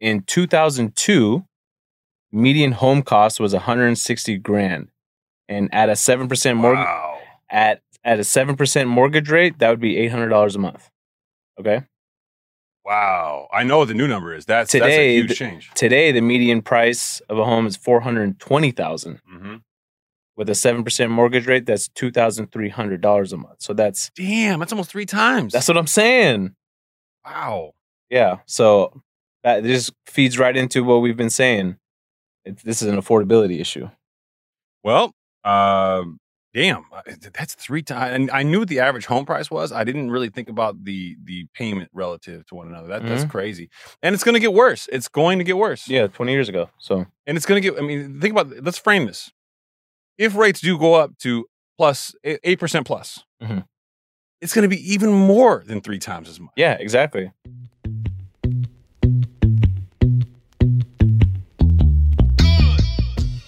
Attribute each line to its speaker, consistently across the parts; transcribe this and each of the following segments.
Speaker 1: In 2002, median home cost was 160 grand, and at a seven percent mortgage
Speaker 2: Wow.
Speaker 1: at at a seven percent mortgage rate, that would be eight hundred dollars a month. Okay.
Speaker 2: Wow. I know what the new number is. That's, that's a
Speaker 1: Today,
Speaker 2: huge
Speaker 1: the-
Speaker 2: change.
Speaker 1: Today, the median price of a home is four hundred twenty thousand.
Speaker 2: hmm
Speaker 1: With a seven percent mortgage rate, that's two thousand three hundred dollars a month. So that's
Speaker 2: Damn, that's almost three times.
Speaker 1: that's what I'm saying.
Speaker 2: wow.
Speaker 1: Yeah. So that just feeds right into what we've been saying. It, this is an affordability issue.
Speaker 2: Well, um, damn, that's three times. And I knew what the average home price was. I didn't really think about the the payment relative to one another. That that's crazy. And it's going to get worse. It's going to get worse.
Speaker 1: Yeah, 20 years ago. So
Speaker 2: And it's going to get. I mean, think about. Let's frame this. If rates do go up to plus eight percent plus,
Speaker 1: Mhm.
Speaker 2: it's going to be even more than three times as much.
Speaker 1: yeah, exactly.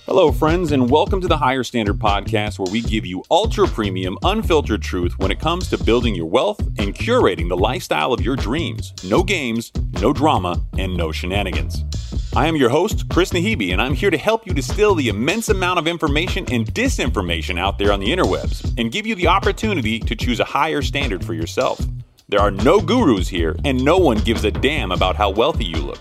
Speaker 3: Hello, friends, and welcome to the Higher Standard Podcast, where we give you ultra premium, unfiltered truth when it comes to building your wealth and curating the lifestyle of your dreams. No games, no drama, and no shenanigans. I am your host, Chris Nahibi, and I'm here to help you distill the immense amount of information and disinformation out there on the interwebs and give you the opportunity to choose a higher standard for yourself. There are no gurus here, and no one gives a damn about how wealthy you look.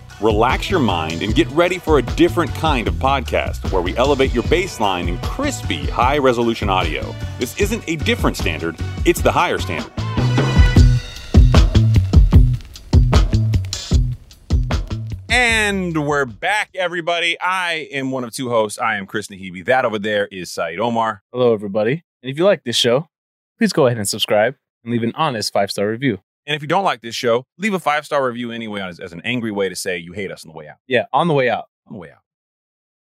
Speaker 3: Relax your mind and get ready for a different kind of podcast where we elevate your baseline in crispy, high resolution audio. This isn't a different standard, it's the higher standard.
Speaker 2: And we're back, everybody. I am one of two hosts. I am Chris Nahibi. That over there is Saeed Omar.
Speaker 1: Hello, everybody. And if you like this show, please go ahead and subscribe and leave an honest five star review.
Speaker 2: And if you don't like this show, leave a five star review anyway as, as an angry way to say you hate us on the way out.
Speaker 1: Yeah, on the way out.
Speaker 2: On the way out. Oh,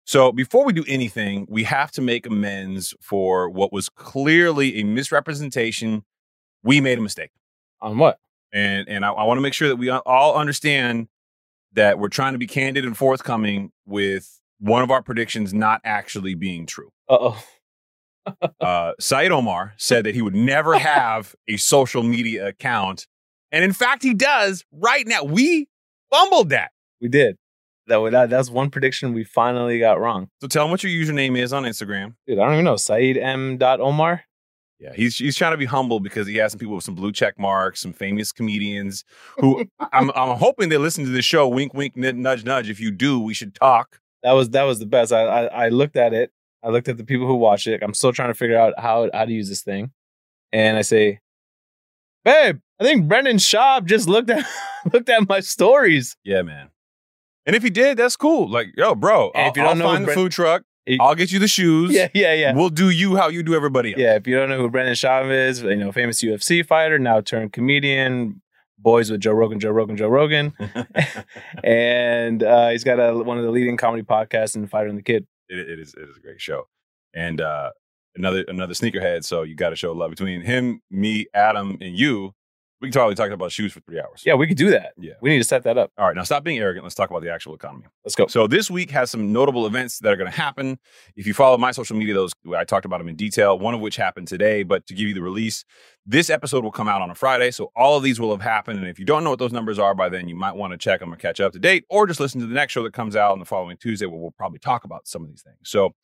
Speaker 2: So before we do anything, we have to make amends for what was clearly a misrepresentation. We made a mistake,
Speaker 1: On what?
Speaker 2: and and I, I want to make sure that we all understand that we're trying to be candid and forthcoming with one of our predictions not actually being true.
Speaker 1: Uh oh.
Speaker 2: uh, Said Omar said that he would never have a social media account. And in fact, he does right now. We fumbled that.
Speaker 1: We did. That, wa- that That's one prediction we finally got wrong.
Speaker 2: So tell him what your username is on Instagram.
Speaker 1: Dude, I don't even know. Saeed M. dot Omar?
Speaker 2: Yeah, he's he's trying to be humble because he has some people with some blue check marks, some famous comedians who I'm I'm hoping they listen to the show. Wink, wink, n- nudge, nudge. If you do, we should talk.
Speaker 1: That was that was the best. I, I I looked at it. I looked at the people who watch it. I'm still trying to figure out how how to use this thing. And I say, babe, I think Brendan Schaub just looked at looked at my stories.
Speaker 2: Yeah, man. And if he did, that's cool. Like, yo, bro,
Speaker 1: And
Speaker 2: I'll,
Speaker 1: if you don't
Speaker 2: I'll
Speaker 1: know who
Speaker 2: find the
Speaker 1: Brent-
Speaker 2: food truck.
Speaker 1: It-
Speaker 2: I'll get you the shoes.
Speaker 1: Yeah, yeah, yeah.
Speaker 2: We'll do you how you do everybody else.
Speaker 1: Yeah, if you don't know who Brendan Schaub is, you know, famous UFC fighter, now turned comedian, boys with Joe Rogan, Joe Rogan, Joe Rogan. and uh, he's got a, one of the leading comedy podcasts in Fighter and the Kid.
Speaker 2: it, it is it is a great show and uh another another sneakerhead so you got to show love between him me adam and you we can totally talk about shoes for three hours
Speaker 1: Yeah, we could do that.
Speaker 2: yeah
Speaker 1: We need to set that up.
Speaker 2: all right now stop being arrogant let's talk about the actual economy
Speaker 1: Let's go.
Speaker 2: so this week has some notable events that are going to happen if you follow my social media those i talked about them in detail one of which happened today but to give you the release this episode will come out on a friday so all of these will have happened and if you don't know what those numbers are by then you might want to check them or catch up to date or just listen to the next show that comes out on the following tuesday where we'll probably talk about some of these things so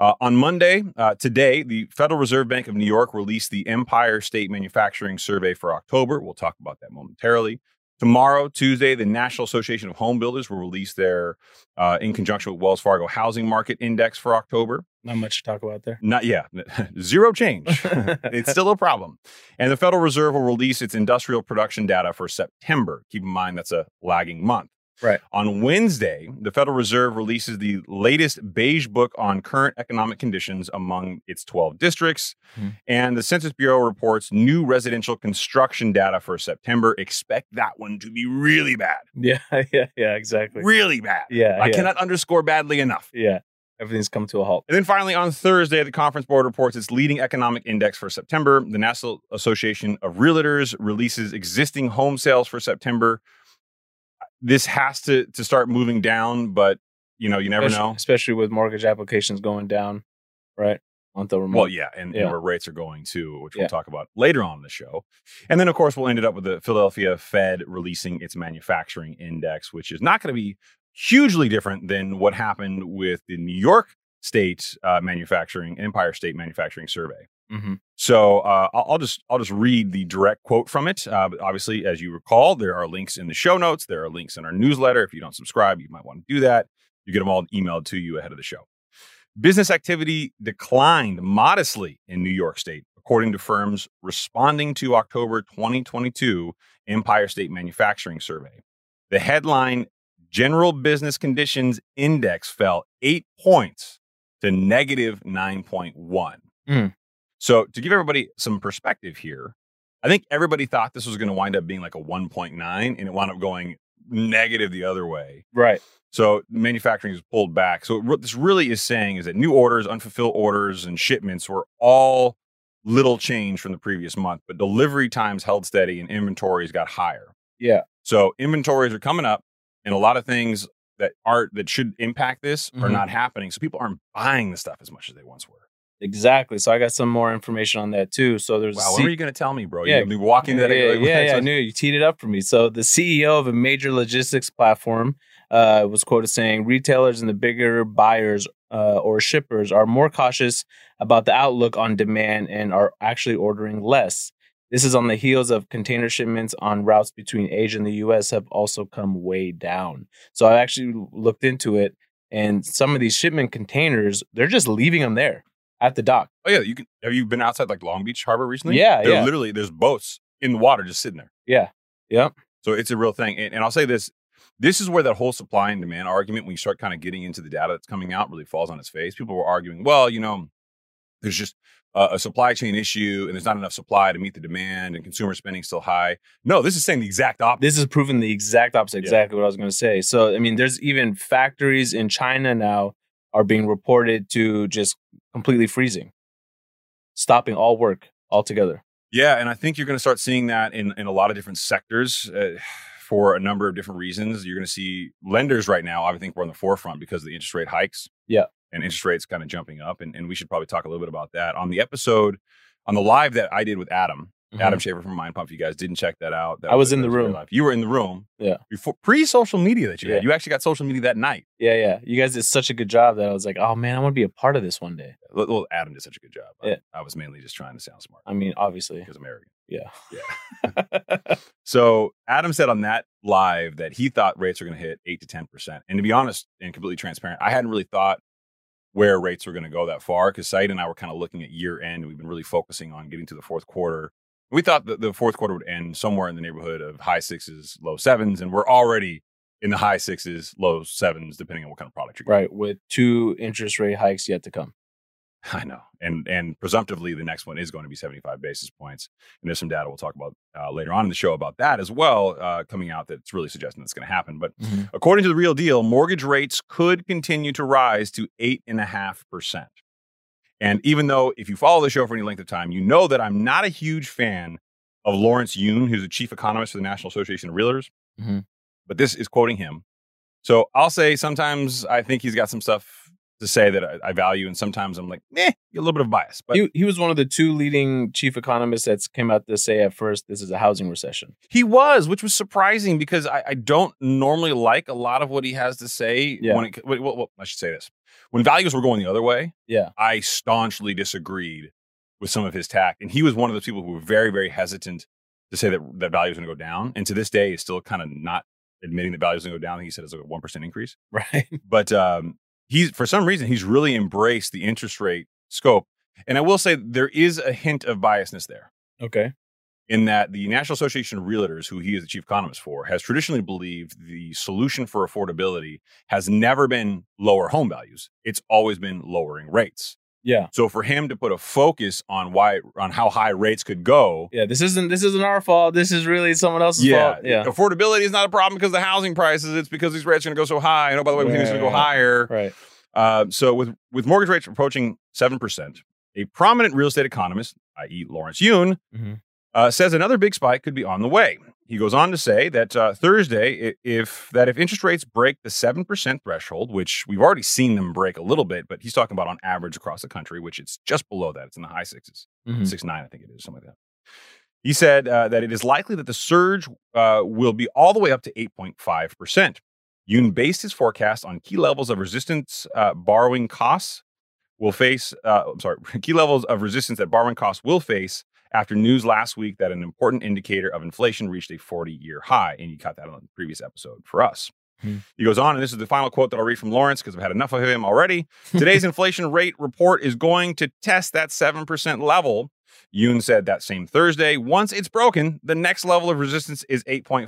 Speaker 2: uh, on Monday, uh, today, the Federal Reserve Bank of New York released the Empire State Manufacturing Survey for October. We'll talk about that momentarily. Tomorrow, Tuesday, the National Association of Home Builders will release their, uh, in conjunction with Wells Fargo Housing Market Index for October.
Speaker 1: Not much to talk about there.
Speaker 2: Not yeah, zero change. it's still a problem. And the Federal Reserve will release its industrial production data for September. Keep in mind that's a lagging month.
Speaker 1: Right.
Speaker 2: On Wednesday, the Federal Reserve releases the latest beige book on current economic conditions among its 12 districts.
Speaker 1: Mhm.
Speaker 2: And the Census Bureau reports new residential construction data for September. Expect that one to be really bad.
Speaker 1: yeah, yeah, yeah, exactly.
Speaker 2: Really bad.
Speaker 1: yeah,
Speaker 2: I
Speaker 1: yeah,
Speaker 2: cannot underscore badly enough.
Speaker 1: yeah. everything's come to a halt.
Speaker 2: And then finally, on Thursday, the conference board reports its leading economic index for September. The National Association of Realtors releases existing home sales for September. This has to to start moving down, but you know, you never
Speaker 1: especially,
Speaker 2: know.
Speaker 1: especially with mortgage applications going down, right? Month over month.
Speaker 2: Well, yeah, and,
Speaker 1: Yeah.
Speaker 2: and where rates are going too, which
Speaker 1: Yeah.
Speaker 2: we'll talk about later on in the show. And then, of course, we'll end it up with the Philadelphia Fed releasing its manufacturing index, which is not going to be hugely different than what happened with the New York State uh, manufacturing Empire State Manufacturing Survey.
Speaker 1: Mhm.
Speaker 2: So uh, I'll, I'll just I'll just read the direct quote from it. Uh, but obviously, as you recall, there are links in the show notes. There are links in our newsletter. If you don't subscribe, you might want to do that. You get them all emailed to you ahead of the show. Business activity declined modestly in New York State, according to firms responding to October 2022 Empire State Manufacturing Survey. The headline General Business Conditions Index fell eight points to negative 9.1. So to give everybody some perspective here, I think everybody thought this was going to wind up being like a 1.9 and it wound up going negative the other way.
Speaker 1: Right.
Speaker 2: So manufacturing is pulled back. So what this really is saying is that new orders, unfulfilled orders and shipments were all little change from the previous month, but delivery times held steady and inventories got higher.
Speaker 1: Yeah.
Speaker 2: So inventories are coming up and a lot of things that are that should impact this are
Speaker 1: Mhm.
Speaker 2: not happening. So people aren't buying the stuff as much as they once were.
Speaker 1: Exactly. So I got some more information on that too. So there's
Speaker 2: Wow,
Speaker 1: a
Speaker 2: when
Speaker 1: C-
Speaker 2: were you going to tell me, bro?
Speaker 1: Yeah.
Speaker 2: You're going to be walking
Speaker 1: yeah,
Speaker 2: that.
Speaker 1: yeah,
Speaker 2: like,
Speaker 1: yeah,
Speaker 2: it's
Speaker 1: yeah, I
Speaker 2: like-
Speaker 1: knew you teed it up for me. So the CEO of a major logistics platform uh, was quoted saying, "Retailers and the bigger buyers uh, or shippers are more cautious about the outlook on demand and are actually ordering less." This is on the heels of container shipments on routes between Asia and the U.S. have also come way down. So I actually looked into it, and some of these shipment containers, they're just leaving them there at the dock.
Speaker 2: Oh yeah, you can. Have you been outside like Long Beach Harbor recently?
Speaker 1: Yeah,
Speaker 2: They're
Speaker 1: yeah.
Speaker 2: Literally, there's boats in the water just sitting there.
Speaker 1: Yeah. Yep.
Speaker 2: So it's a real thing. And, and I'll say this: this is where that whole supply and demand argument, when you start kind of getting into the data that's coming out, really falls on its face. People were arguing, well, you know, there's just a, a supply chain issue, and there's not enough supply to meet the demand, and consumer spending's still high. No, this is saying the exact opposite.
Speaker 1: This is proving the exact opposite,
Speaker 2: Yeah.
Speaker 1: exactly what I was going to say. So, I mean, there's even factories in China now are being reported to just completely freezing, stopping all work altogether.
Speaker 2: Yeah, and I think you're going to start seeing that in in a lot of different sectors uh, for a number of different reasons. You're going to see lenders right now. I think we're on the forefront because of the interest rate hikes.
Speaker 1: Yeah.
Speaker 2: and interest rates kind of jumping up, and, and we should probably talk a little bit about that on the episode on the live that I did with Adam. Adam Shaver from Mind Pump. If you guys didn't check that out, that
Speaker 1: Mm-hmm. I was in
Speaker 2: that
Speaker 1: the
Speaker 2: great
Speaker 1: room.
Speaker 2: live. You were in the room.
Speaker 1: Yeah.
Speaker 2: Before pre social media that you
Speaker 1: Yeah.
Speaker 2: had, you actually got social media that night.
Speaker 1: Yeah, yeah. You guys did such a good job that I was like, oh man, I want to be a part of this one day.
Speaker 2: Well, well, Adam did such a good job. I-
Speaker 1: Yeah.
Speaker 2: I was mainly just trying to sound smart
Speaker 1: I mean, obviously.
Speaker 2: because I'm arrogant.
Speaker 1: Yeah.
Speaker 2: So Adam said on that live that he thought rates were going to hit eight to ten percent. And to be honest and completely transparent, I hadn't really thought where rates were going to go that far because Said and I were kind of looking at year end. and We've been really focusing on getting to the fourth quarter. We thought that the fourth quarter would end somewhere in the neighborhood of high sixes, low sevens, and we're already in the high sixes, low sevens, depending on what kind of product you're.
Speaker 1: Right. With two interest rate hikes yet to come.
Speaker 2: I know, and and presumptively the next one is going to be 75 basis points, and there's some data we'll talk about uh, later on in the show about that as well, uh, coming out that's really suggesting that's going to happen. But
Speaker 1: Mhm.
Speaker 2: according to the Real Deal, mortgage rates could continue to rise to eight and a half percent. And even though if you follow the show for any length of time, you know that I'm not a huge fan of Lawrence Yoon, who's the chief economist for the National Association of Realtors,
Speaker 1: Mhm.
Speaker 2: but this is quoting him. So I'll say sometimes I think he's got some stuff to say that I, I value, and sometimes I'm like, eh, a little bit of bias. But
Speaker 1: He, he was one of the two leading chief economists that came out to say at first, this is a housing recession.
Speaker 2: He was, which was surprising because I, I don't normally like a lot of what he has to say.
Speaker 1: Yeah.
Speaker 2: When it, well, well, well, I should say this: when values were going the other way,
Speaker 1: Yeah.
Speaker 2: I staunchly disagreed with some of his tack, and he was one of those people who were very, very hesitant to say that that value was going to go down, and to this day is still kind of not admitting that value is going to go down. He said it's like a one percent increase
Speaker 1: Right.
Speaker 2: but um, he's for some reason he's really embraced the interest rate scope. And I will say there is a hint of biasness there
Speaker 1: okay.
Speaker 2: in that the National Association of Realtors, who he is the chief economist for, has traditionally believed the solution for affordability has never been lower home values. It's always been lowering rates.
Speaker 1: Yeah.
Speaker 2: So for him to put a focus on why on how high rates could go.
Speaker 1: Yeah. This isn't this isn't our fault. This is really someone else's
Speaker 2: Yeah,
Speaker 1: fault. Yeah.
Speaker 2: affordability is not a problem because of the housing prices. It's because these rates are going to go so high. And oh, by the way, we think it's going to go
Speaker 1: Right.
Speaker 2: higher.
Speaker 1: Right.
Speaker 2: Uh, so with with mortgage rates approaching seven percent, a prominent real estate economist, i.e., Lawrence Yun,
Speaker 1: Mhm.
Speaker 2: uh, says another big spike could be on the way. He goes on to say that uh, Thursday, i- if that if interest rates break the seven percent threshold, which we've already seen them break a little bit, but he's talking about on average across the country, which it's just below that. It's in the high sixes
Speaker 1: Mhm.
Speaker 2: six nine, I think it is, something like that. He said uh, that it is likely that the surge uh, will be all the way up to eight point five percent. Yoon based his forecast on key levels of resistance uh, borrowing costs will face. Uh, I'm sorry, key levels of resistance that borrowing costs will face after news last week that an important indicator of inflation reached a 40-year high, and you caught that on the previous episode for us.
Speaker 1: Hmm.
Speaker 2: He goes on, and this is the final quote that I'll read from Lawrence because I've had enough of him already. Today's inflation rate report is going to test that 7% level. Yoon said that same Thursday. Once it's broken, the next level of resistance is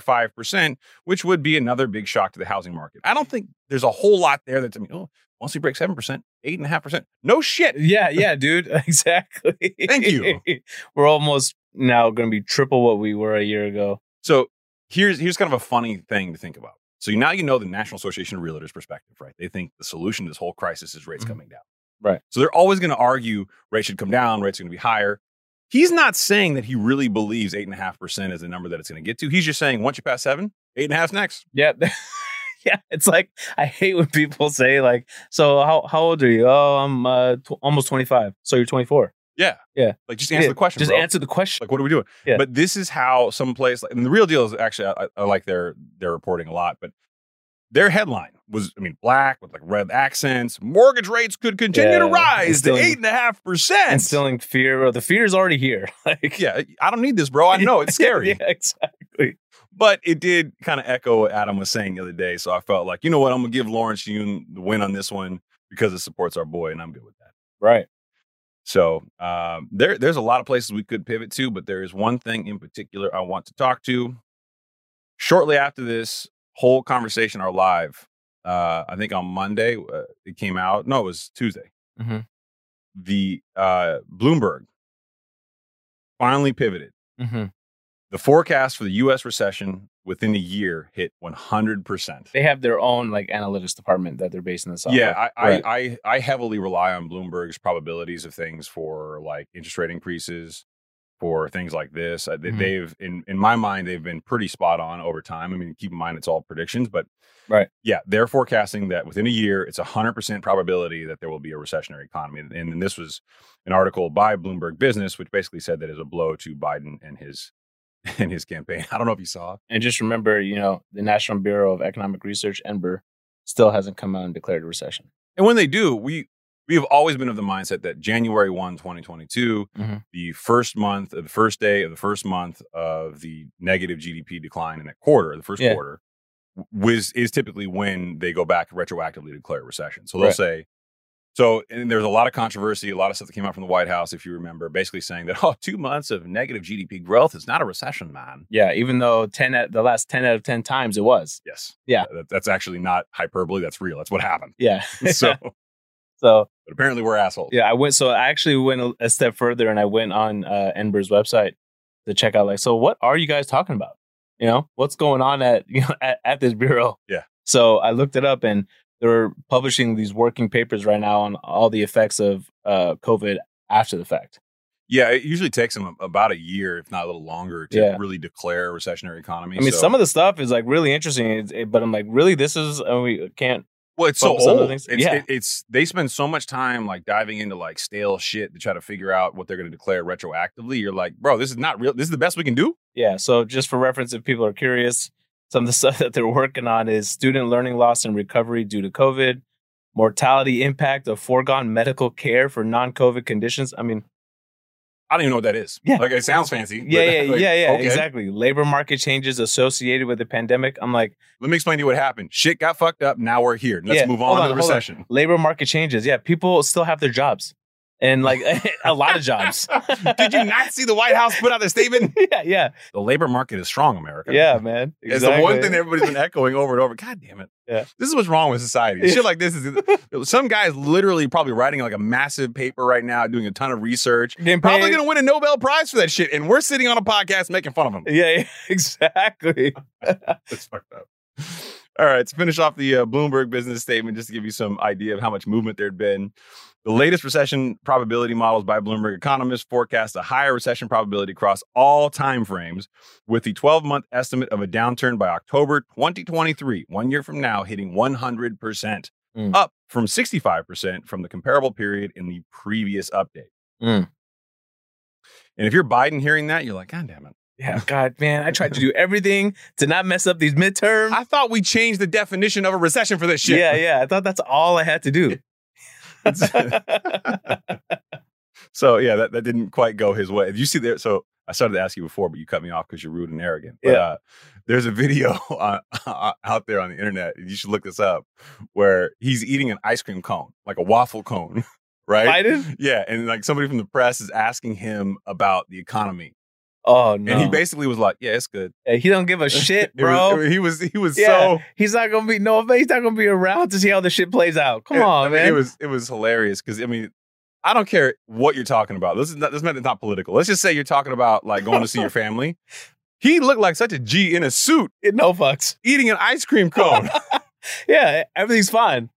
Speaker 2: 8.5%, which would be another big shock to the housing market. I don't think there's a whole lot there that's, I mean, oh, once we break 7%, 8.5%. No shit.
Speaker 1: Yeah, yeah, dude. Exactly.
Speaker 2: Thank you.
Speaker 1: We're almost now going to be triple what we were a year ago.
Speaker 2: So here's here's kind of a funny thing to think about. So now you know the National Association of Realtors perspective, right? They think the solution to this whole crisis is rates
Speaker 1: Mhm.
Speaker 2: coming down.
Speaker 1: Right.
Speaker 2: So they're always going to argue rates should come down, rates are going to be higher. He's not saying that he really believes 8.5% is the number that it's going to get to. He's just saying once you pass seven, eight and a half's next.
Speaker 1: Yeah. yeah. It's like, I hate when people say, like, so how, how old are you? Oh, I'm uh, tw- almost 25. So you're 24.
Speaker 2: Yeah.
Speaker 1: Yeah.
Speaker 2: Like just answer
Speaker 1: Yeah,
Speaker 2: the question.
Speaker 1: Just
Speaker 2: bro.
Speaker 1: answer the question.
Speaker 2: Like, what are we doing?
Speaker 1: Yeah.
Speaker 2: But this is how some place like and the real deal is actually I, I like their their reporting a lot, but their headline was I mean black with like red accents. Mortgage rates could continue to
Speaker 1: Yeah.
Speaker 2: rise to
Speaker 1: Instilling-
Speaker 2: eight and a half percent.
Speaker 1: Instilling fear. Well, The fear is already here. Like,
Speaker 2: Yeah, I don't need this, bro. I know it's scary,
Speaker 1: yeah, exactly.
Speaker 2: but it did kind of echo what Adam was saying the other day. So I felt like, you know what, I'm gonna give Lawrence Yoon the win on this one because it supports our boy, and I'm good with that.
Speaker 1: Right.
Speaker 2: So um, there, there's a lot of places we could pivot to, but there is one thing in particular I want to talk to. Shortly after this whole conversation are live. Uh, I think on Monday uh, it came out. No, it was Tuesday.
Speaker 1: Mhm.
Speaker 2: The uh, Bloomberg finally pivoted.
Speaker 1: Mm-hmm.
Speaker 2: The forecast for the U.S. recession within a year hit 100 percent.
Speaker 1: They have their own like analytics department that they're basing this off.
Speaker 2: Yeah,
Speaker 1: of.
Speaker 2: I,
Speaker 1: Right.
Speaker 2: I, I I heavily rely on Bloomberg's probabilities of things for like interest rate increases, for things like this. Uh, they-
Speaker 1: Mhm.
Speaker 2: They've in in my mind they've been pretty spot on over time. I mean, keep in mind it's all predictions, but
Speaker 1: Right.
Speaker 2: yeah, they're forecasting that within a year it's a hundred percent probability that there will be a recessionary economy. And, and this was an article by Bloomberg Business, which basically said that is a blow to Biden and his and his campaign. I don't know if you saw.
Speaker 1: And just remember, you know, the National Bureau of Economic Research, NBER, still hasn't come out and declared a recession.
Speaker 2: And when they do, we we have always been of the mindset that January 1, 2022,
Speaker 1: Mhm.
Speaker 2: the first month, the first day of the first month of the negative GDP decline in that quarter, the first
Speaker 1: Yeah.
Speaker 2: quarter, w- was is typically when they go back and retroactively declare a recession. So they'll
Speaker 1: Right.
Speaker 2: say, so and there's a lot of controversy, a lot of stuff that came out from the White House, if you remember, basically saying that oh, two months of negative GDP growth is not a recession, man.
Speaker 1: Yeah, even though ten at the last ten out of ten times it was.
Speaker 2: Yes.
Speaker 1: Yeah.
Speaker 2: That, that's actually not hyperbole. That's real. That's what happened.
Speaker 1: Yeah.
Speaker 2: So,
Speaker 1: So
Speaker 2: but apparently we're assholes.
Speaker 1: yeah, I went. So I actually went a, a step further and I went on uh, NBER's website to check out like, so what are you guys talking about? You know, what's going on at you know at, at this bureau?
Speaker 2: Yeah.
Speaker 1: So I looked it up and they're publishing these working papers right now on all the effects of uh, COVID after the fact.
Speaker 2: Yeah, it usually takes them about a year, if not a little longer, to
Speaker 1: Yeah.
Speaker 2: really declare a recessionary economy.
Speaker 1: I mean,
Speaker 2: So-
Speaker 1: some of the stuff is like really interesting, it's- it- but I'm like, really, this is uh, we can't.
Speaker 2: well, it's so
Speaker 1: focus on other
Speaker 2: old.
Speaker 1: things.
Speaker 2: It's,
Speaker 1: Yeah.
Speaker 2: it- it's they spend so much time like diving into like stale shit to try to figure out what they're going to declare retroactively. You're like, bro, this is not real. This is the best we can do.
Speaker 1: Yeah. So just for reference, if people are curious, some of the stuff that they're working on is student learning loss and recovery due to COVID, mortality impact of foregone medical care for non-COVID conditions. I mean,
Speaker 2: I don't even know what that is.
Speaker 1: Yeah.
Speaker 2: like it sounds
Speaker 1: yeah,
Speaker 2: fancy. but,
Speaker 1: yeah,
Speaker 2: like,
Speaker 1: yeah, yeah,
Speaker 2: okay.
Speaker 1: exactly. Labor market changes associated with the pandemic. I'm like,
Speaker 2: Let me explain to you what happened. Shit got fucked up. Now we're here. Let's
Speaker 1: Yeah,
Speaker 2: move
Speaker 1: hold
Speaker 2: on,
Speaker 1: on,
Speaker 2: to the
Speaker 1: hold on.
Speaker 2: recession.
Speaker 1: labor market changes. Yeah, people still have their jobs, and like a lot of jobs.
Speaker 2: Did you not see the White House put out a statement?
Speaker 1: yeah, yeah,
Speaker 2: the labor market is strong, America.
Speaker 1: yeah, man.
Speaker 2: It's the one thing
Speaker 1: Exactly.
Speaker 2: everybody's been echoing over and over. God damn it.
Speaker 1: Yeah.
Speaker 2: This is what's wrong with society. Shit like this is some guy's literally probably writing like a massive paper right now, doing a ton of research.
Speaker 1: Getting
Speaker 2: Probably
Speaker 1: paid.
Speaker 2: gonna win a Nobel Prize for that shit. And we're sitting on a podcast making fun of him.
Speaker 1: Yeah, yeah, exactly.
Speaker 2: It's fucked up. All right, to finish off the uh, Bloomberg business statement, just to give you some idea of how much movement there'd been. The latest recession probability models by Bloomberg economists forecast a higher recession probability across all timeframes, with the 12 month estimate of a downturn by October 2023, one year from now, hitting 100%,
Speaker 1: Mm.
Speaker 2: up from 65% from the comparable period in the previous update.
Speaker 1: Mm.
Speaker 2: And if you're Biden hearing that, you're like, God damn it.
Speaker 1: Yeah, God, man, I tried to do everything to not mess up these midterms.
Speaker 2: I thought we changed the definition of a recession for this shit.
Speaker 1: Yeah, yeah. I thought that's all I had to do.
Speaker 2: so yeah, that, that didn't quite go his way. You see there, so I started to ask you before, but you cut me off because you're rude and arrogant. But,
Speaker 1: Yeah.
Speaker 2: uh, there's a video uh, out there on the internet. and You should look this up, where he's eating an ice cream cone, like a waffle cone, right?
Speaker 1: Biden?
Speaker 2: Yeah, and like somebody from the press is asking him about the economy,
Speaker 1: Oh no.
Speaker 2: and he basically was like, "Yeah, it's good,
Speaker 1: Hey, he don't give a shit,
Speaker 2: It was-
Speaker 1: bro.
Speaker 2: he was he was
Speaker 1: Yeah.
Speaker 2: so
Speaker 1: he's not gonna be no offense. He's not gonna be around to see how this shit plays out. Come
Speaker 2: It- I
Speaker 1: on,
Speaker 2: mean,
Speaker 1: man.
Speaker 2: It was it was hilarious because I mean, I don't care what you're talking about. This is not, this is not political. Let's just say you're talking about like going to see your family. He looked like such a G in a suit
Speaker 1: no fucks.
Speaker 2: eating an ice cream cone.
Speaker 1: Yeah, everything's fine.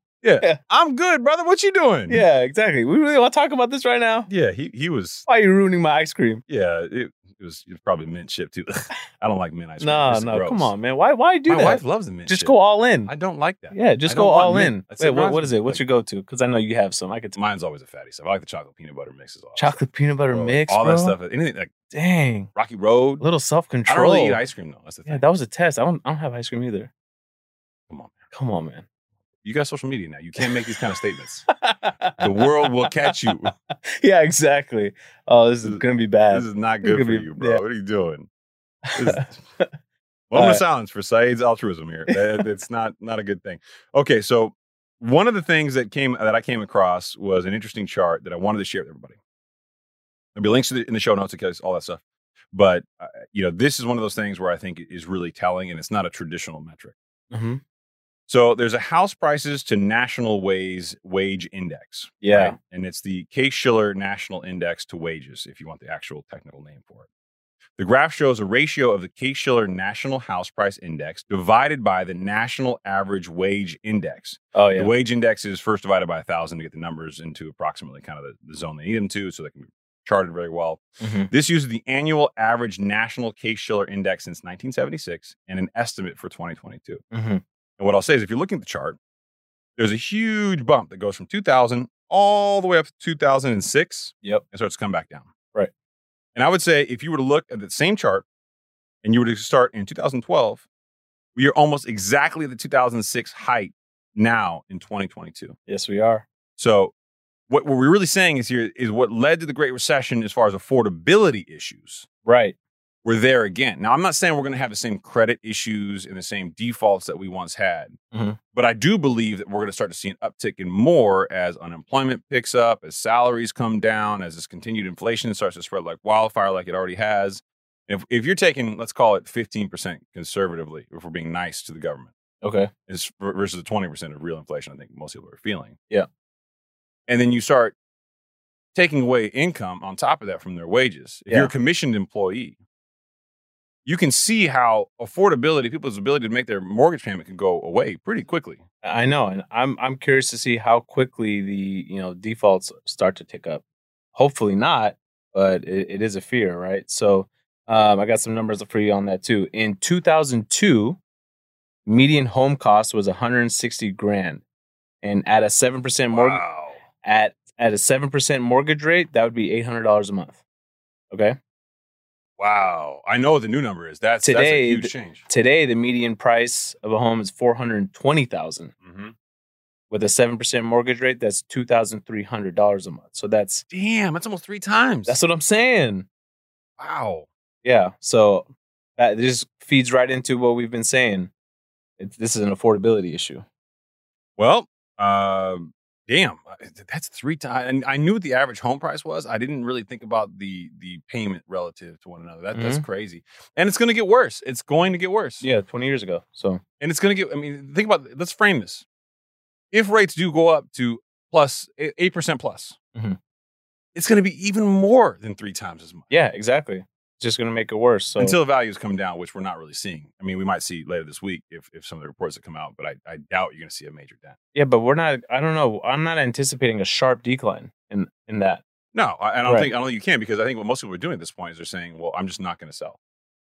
Speaker 2: I'm good, brother. What you doing?
Speaker 1: Yeah, exactly. We really want to talk about this right now.
Speaker 2: yeah. He he was.
Speaker 1: Why are you ruining my ice cream?
Speaker 2: Yeah, it, it was. It was probably mint chip too. I don't like mint ice cream.
Speaker 1: No,
Speaker 2: It's
Speaker 1: no,
Speaker 2: gross.
Speaker 1: come on, man. Why why do
Speaker 2: My
Speaker 1: that?
Speaker 2: wife loves the mint.
Speaker 1: just
Speaker 2: chip.
Speaker 1: go all in.
Speaker 2: I don't like that.
Speaker 1: yeah, just
Speaker 2: I
Speaker 1: go
Speaker 2: don't want
Speaker 1: all
Speaker 2: mint.
Speaker 1: in.
Speaker 2: That's
Speaker 1: Wait, what,
Speaker 2: surprising.
Speaker 1: what is it? What's your go to? Because I know you have some. I could tell.
Speaker 2: Mine's always a fatty stuff. I like the chocolate peanut butter mix is awesome.
Speaker 1: Chocolate peanut butter
Speaker 2: Bro,
Speaker 1: mix.
Speaker 2: all that
Speaker 1: bro?
Speaker 2: stuff. Anything like
Speaker 1: Dang.
Speaker 2: Rocky Road.
Speaker 1: Little self
Speaker 2: I don't
Speaker 1: control.
Speaker 2: really eat ice cream though. That's the thing.
Speaker 1: yeah, that was a test. I don't I don't have ice cream either.
Speaker 2: Come on,
Speaker 1: Come on, man.
Speaker 2: you got social media now. You can't make these kind of statements. The world will catch you.
Speaker 1: yeah, exactly. Oh, this is gonna be bad.
Speaker 2: This is not
Speaker 1: This
Speaker 2: good
Speaker 1: could
Speaker 2: for
Speaker 1: be-
Speaker 2: you, bro.
Speaker 1: yeah.
Speaker 2: What are you doing? This-
Speaker 1: All
Speaker 2: Moment
Speaker 1: right.
Speaker 2: of silence for Saeed's altruism here. That- That's not not a good thing. Okay, so one of the things that came that I came across was an interesting chart that I wanted to share with everybody. There'll be links to the, in the show notes, okay, all that stuff. But uh, you know, this is one of those things where I think it is really telling, and it's not a traditional metric.
Speaker 1: Mhm.
Speaker 2: So there's a house prices to national wage wage index.
Speaker 1: Yeah.
Speaker 2: right? And it's the Case Shiller National Index to Wages, if you want the actual technical name for it. The graph shows a ratio of the Case Shiller National House Price Index divided by the National Average Wage Index.
Speaker 1: Oh
Speaker 2: The
Speaker 1: yeah.
Speaker 2: wage index is first divided by 1,000 to get the numbers into approximately kind of the, the zone they need them to so they can be charted very well.
Speaker 1: Mhm.
Speaker 2: This uses the annual average national Case Shiller Index since 1976 and an estimate for 2022.
Speaker 1: Mhm.
Speaker 2: And what I'll say is, if you're looking at the chart, there's a huge bump that goes from 2000 all the way up to 2006.
Speaker 1: Yep.
Speaker 2: And starts to come back down.
Speaker 1: Right.
Speaker 2: And I would say if you were to look at the same chart and you were to start in 2012, we are almost exactly at the 2006 height now in 2022.
Speaker 1: Yes, we are.
Speaker 2: So, what, what we're really saying is here is what led to the Great Recession as far as affordability issues
Speaker 1: Right.
Speaker 2: we're there again. Now, I'm not saying we're going to have the same credit issues and the same defaults that we once had,
Speaker 1: Mhm.
Speaker 2: but I do believe that we're going to start to see an uptick in more as unemployment picks up, as salaries come down, as this continued inflation starts to spread like wildfire, like it already has. If, if you're taking, let's call it 15% conservatively, if we're being nice to the government
Speaker 1: Okay.
Speaker 2: is versus the twenty percent of real inflation. I think most people are feeling.
Speaker 1: Yeah.
Speaker 2: and then you start taking away income on top of that from their wages. If you're
Speaker 1: Yeah.
Speaker 2: a commissioned employee, you can see how affordability, people's ability to make their mortgage payment, can go away pretty quickly.
Speaker 1: I know, and I'm I'm curious to see how quickly the you know defaults start to tick up. Hopefully not, but it, it is a fear, right? So um, I got some numbers for you on that too. In 2002, median home cost was 160 grand, and at a seven percent mortgage
Speaker 2: Wow.
Speaker 1: at at a seven percent mortgage rate, that would be eight hundred dollars a month. Okay.
Speaker 2: Wow, I know what the new number is. That's that's a
Speaker 1: Today,
Speaker 2: huge
Speaker 1: th-
Speaker 2: change.
Speaker 1: Today, the median price of a home is four hundred twenty thousand.
Speaker 2: Mhm.
Speaker 1: With a seven percent mortgage rate, that's two thousand three hundred dollars a month. So that's
Speaker 2: Damn, that's almost three times.
Speaker 1: that's what I'm saying.
Speaker 2: wow.
Speaker 1: Yeah. So that just feeds right into what we've been saying. It's this is an affordability issue.
Speaker 2: Well, uh, damn, that's three times. And I knew what the average home price was. I didn't really think about the the payment relative to one another. That, That's crazy. And it's going to get worse. It's going to get worse.
Speaker 1: Mm-hmm. Yeah, twenty years ago. So
Speaker 2: And it's going to get. I mean, think about. Let's frame this. If rates do go up to plus eight percent plus,
Speaker 1: Mhm.
Speaker 2: it's going to be even more than three times as much.
Speaker 1: yeah, exactly. just going to make it worse. So
Speaker 2: until values come down, which we're not really seeing. I mean, we might see later this week if, if some of the reports that come out, but I, I doubt you're going to see a major dent.
Speaker 1: yeah, but we're not. I don't know. I'm not anticipating a sharp decline in in that.
Speaker 2: No, I, I don't
Speaker 1: Right.
Speaker 2: think I don't think you can because I think what most people are doing at this point is they're saying, well, I'm just not going to sell.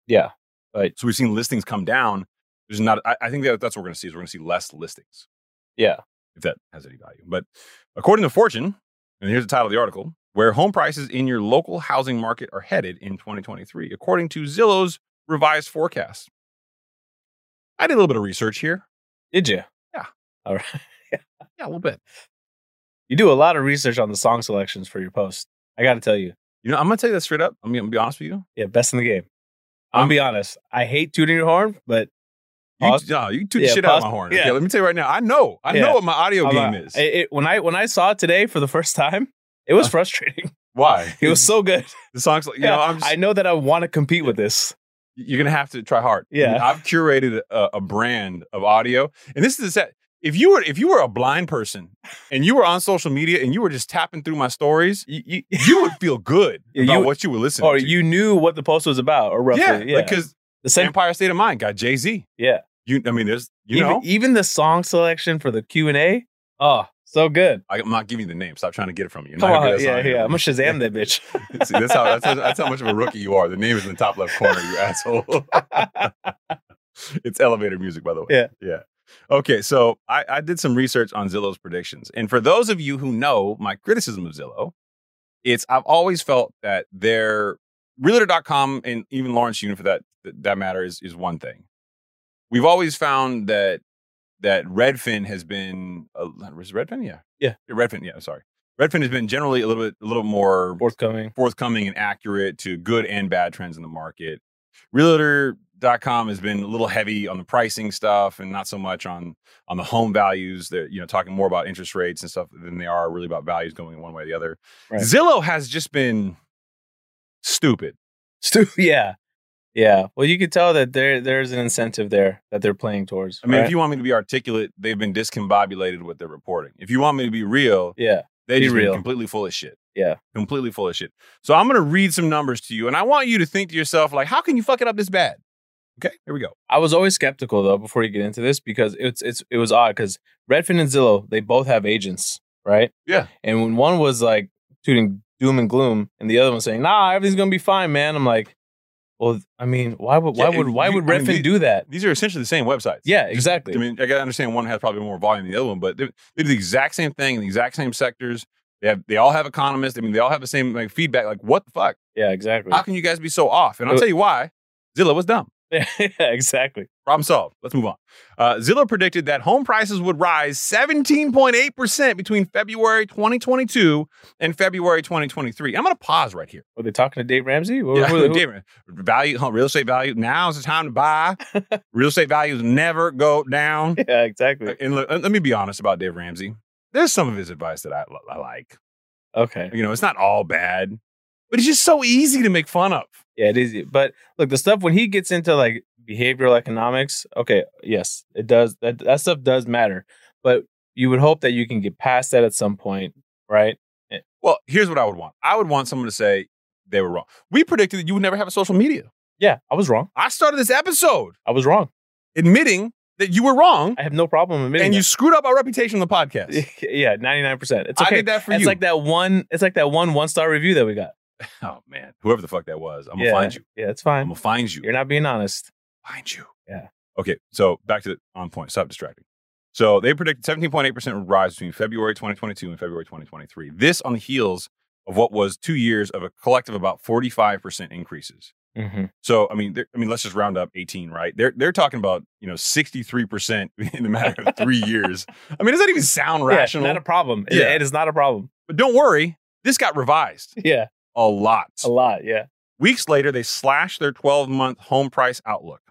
Speaker 1: Yeah,
Speaker 2: So we've seen listings come down. There's not. I, I think that that's what we're going to see is we're going to see less listings
Speaker 1: yeah.
Speaker 2: if that has any value. But according to Fortune, and here's the title of the article: Where home prices in your local housing market are headed in 2023, according to Zillow's revised forecast. I did a little bit of research here.
Speaker 1: Did you?
Speaker 2: Yeah.
Speaker 1: All right.
Speaker 2: Yeah, a little bit.
Speaker 1: You do a lot of research on the song selections for your post. I got to tell you.
Speaker 2: You know, I'm gonna tell you that straight up. I'm gonna be honest with you.
Speaker 1: Yeah, best in the game. I'm gonna be honest. I hate tooting your horn, but
Speaker 2: You,
Speaker 1: Pause.
Speaker 2: no, you toot the
Speaker 1: Yeah,
Speaker 2: shit out of
Speaker 1: pause.
Speaker 2: my horn.
Speaker 1: Yeah.
Speaker 2: Okay, let me tell you right now. I know. I
Speaker 1: Yeah.
Speaker 2: know what my audio
Speaker 1: I'm
Speaker 2: game
Speaker 1: not-
Speaker 2: is. Uh.
Speaker 1: it- it- when I when I saw it today for the first time, it was
Speaker 2: Huh.
Speaker 1: frustrating.
Speaker 2: Why?
Speaker 1: It was so good.
Speaker 2: the songs. Like, you know, I'm just,
Speaker 1: I know that I want to compete with this.
Speaker 2: you're gonna have to try hard.
Speaker 1: Yeah.
Speaker 2: I've curated a, a brand of audio, and this is the set. If you were if you were a blind person and you were on social media and you were just tapping through my stories,
Speaker 1: You, you,
Speaker 2: you would feel good
Speaker 1: Yeah,
Speaker 2: about
Speaker 1: you-
Speaker 2: what you were listening
Speaker 1: or
Speaker 2: to.
Speaker 1: you knew what the post was about, or roughly.
Speaker 2: yeah,
Speaker 1: Yeah,
Speaker 2: because
Speaker 1: the same.
Speaker 2: Empire State of Mind got Jay Z.
Speaker 1: Yeah.
Speaker 2: you. I mean, there's you
Speaker 1: even, e
Speaker 2: know.
Speaker 1: even the song selection for the Q and A. Oh, so good.
Speaker 2: I, am not giving you the name. Stop trying to get it from you. You're
Speaker 1: Come
Speaker 2: not gonna
Speaker 1: on,
Speaker 2: get that
Speaker 1: yeah,
Speaker 2: song here.
Speaker 1: yeah. I'm gonna Shazam that bitch.
Speaker 2: See, that's how that's, how- that's how much of a rookie you are. The name is in the top left corner, you asshole. it's elevator music, by the way.
Speaker 1: Yeah.
Speaker 2: Yeah. Okay, so I, I did some research on Zillow's predictions. And for those of you who know my criticism of Zillow, it's I've always felt that their realtor.com and even Lawrence Union for that that matter is is one thing. We've always found that that Redfin has been uh, was it Redfin? Yeah.
Speaker 1: Yeah.
Speaker 2: Redfin, yeah, sorry. Redfin has been generally a little bit a little more
Speaker 1: Forthcoming.
Speaker 2: forthcoming and accurate to good and bad trends in the market. Realtor.com has been a little heavy on the pricing stuff and not so much on on the home values. They're you know talking more about interest rates and stuff than they are really about values going one way or the other.
Speaker 1: Right.
Speaker 2: Zillow has just been stupid.
Speaker 1: Stu, yeah, yeah. Well, you could tell that there there's an incentive there that they're playing towards.
Speaker 2: I mean,
Speaker 1: right?
Speaker 2: if you want me to be articulate, they've been discombobulated with their reporting. If you want me to be real,
Speaker 1: yeah,
Speaker 2: They
Speaker 1: Be
Speaker 2: just been
Speaker 1: real.
Speaker 2: completely full of shit.
Speaker 1: Yeah.
Speaker 2: Completely full of shit. So I'm gonna read some numbers to you, and I want you to think to yourself, like, how can you fuck it up this bad? Okay, here we go.
Speaker 1: I was always skeptical though before you get into this because it's it's it was odd because Redfin and Zillow they both have agents, right?
Speaker 2: Yeah.
Speaker 1: And when one was like tooting doom and gloom, and the other one saying, "Nah, everything's gonna be fine, man." I'm like, well, I mean, why would why
Speaker 2: Yeah,
Speaker 1: would
Speaker 2: and
Speaker 1: why
Speaker 2: you-
Speaker 1: would
Speaker 2: I mean,
Speaker 1: Redfin
Speaker 2: the-
Speaker 1: do that?
Speaker 2: These are essentially the same websites.
Speaker 1: Yeah, exactly.
Speaker 2: I mean, I gotta understand one has probably more volume than the other one, but they, they do the exact same thing in the exact same sectors. They have they all have economists. I mean, they all have the same like feedback. Like, what the fuck?
Speaker 1: yeah, exactly.
Speaker 2: How can you guys be so off? And I'll
Speaker 1: Uh,
Speaker 2: tell you why. Zillow was dumb.
Speaker 1: yeah, exactly.
Speaker 2: Problem solved. Let's move on. Uh, Zillow predicted that home prices would rise 17.8% between February 2022 and February 2023. I'm going to pause right here.
Speaker 1: Were they talking to Dave Ramsey? What-
Speaker 2: Yeah,
Speaker 1: what- what-
Speaker 2: David, value, huh, real estate value. Now's the time to buy. real estate values never go down.
Speaker 1: yeah, exactly.
Speaker 2: And look, let me be honest about Dave Ramsey. There's some of his advice that I, I like.
Speaker 1: Okay.
Speaker 2: You know, it's not all bad, but it's just so easy to make fun of.
Speaker 1: Yeah, it is. But look, the stuff when he gets into like behavioral economics, okay, yes, it does. That that stuff does matter. But you would hope that you can get past that at some point, right?
Speaker 2: Well, here's what I would want. I would want someone to say they were wrong. We predicted that you would never have a social media.
Speaker 1: Yeah, I was wrong.
Speaker 2: I started this episode
Speaker 1: I was wrong.
Speaker 2: admitting that you were wrong
Speaker 1: I have no problem admitting.
Speaker 2: and you
Speaker 1: that.
Speaker 2: screwed up our reputation on the podcast.
Speaker 1: yeah, ninety nine percent. It's
Speaker 2: I
Speaker 1: okay.
Speaker 2: did that for
Speaker 1: it's
Speaker 2: you.
Speaker 1: like that one. It's like that one one star review that we got.
Speaker 2: oh man, whoever the fuck that was, I'm
Speaker 1: Yeah.
Speaker 2: gonna find you.
Speaker 1: Yeah, it's
Speaker 2: I'm
Speaker 1: fine.
Speaker 2: gonna find you.
Speaker 1: You're not being honest.
Speaker 2: find you.
Speaker 1: Yeah.
Speaker 2: Okay. So back to the on point. Stop distracting. So they predicted 17.8% rise between February 2022 and February 2023. This on the heels of what was two years of a collective about 45% increases.
Speaker 1: Mm-hmm.
Speaker 2: So I mean, they're- I mean, let's just round up 18, right? They're they're talking about you know 63% in the matter of three years. I mean, does that even sound rational?
Speaker 1: not a problem. It-
Speaker 2: Yeah.
Speaker 1: it is not a problem.
Speaker 2: But don't worry, this got revised
Speaker 1: Yeah,
Speaker 2: a lot.
Speaker 1: a lot. Yeah.
Speaker 2: Weeks later, they slashed their 12 month home price outlook.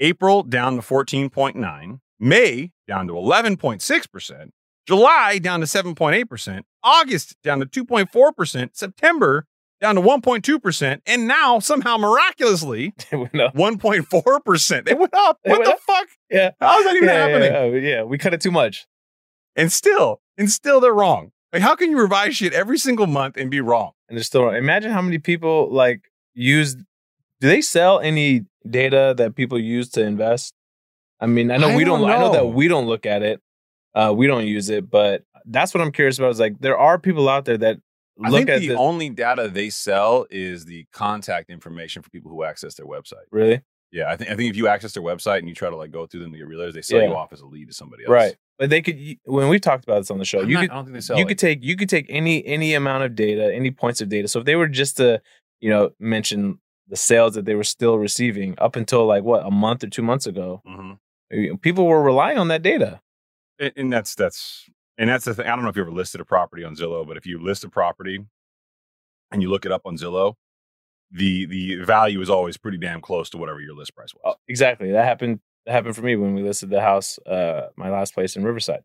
Speaker 2: April down to 14.9, May down to 11.6%, July down to 7.8%, August down to 2.4%, September down to 1.2%, and now somehow miraculously
Speaker 1: no.
Speaker 2: 1.4%. They went up.
Speaker 1: They
Speaker 2: What
Speaker 1: went
Speaker 2: the fuck?
Speaker 1: Yeah.
Speaker 2: How is that even
Speaker 1: yeah, yeah,
Speaker 2: happening?
Speaker 1: Yeah, yeah, we cut it too much.
Speaker 2: And still, and still they're wrong. Like, how can you revise shit every single month and be wrong?
Speaker 1: and they're still wrong. Imagine how many people like use do they sell any data that people use to invest? I mean, I know
Speaker 2: I
Speaker 1: we don't,
Speaker 2: don't
Speaker 1: I know
Speaker 2: know.
Speaker 1: that we don't look at it. Uh, we don't use it, but that's what I'm curious about. Is like there are people out there that
Speaker 2: I
Speaker 1: look
Speaker 2: think
Speaker 1: at
Speaker 2: the
Speaker 1: this.
Speaker 2: only data they sell is the contact information for people who access their website.
Speaker 1: really?
Speaker 2: Yeah, I think I think if you access their website and you try to like go through them to get realtors, they sell
Speaker 1: Yeah.
Speaker 2: you off as a lead to somebody else.
Speaker 1: Right. But they could when we talked about this on the show,
Speaker 2: I'm
Speaker 1: you
Speaker 2: not-
Speaker 1: could
Speaker 2: I don't think they sell.
Speaker 1: you
Speaker 2: like
Speaker 1: could take you could take any any amount of data any points of data so if they were just to you know mention the sales that they were still receiving up until like what a month or two months ago
Speaker 2: that. Mhm.
Speaker 1: you know, people were relying on that data
Speaker 2: and, and that's that's and that's the thing. I don't know if you ever listed a property on Zillow, but if you list a property and you look it up on Zillow, the the value is always pretty damn close to whatever your list price was.
Speaker 1: Oh, exactly that happened that happened for me when we listed the house uh my last place in riverside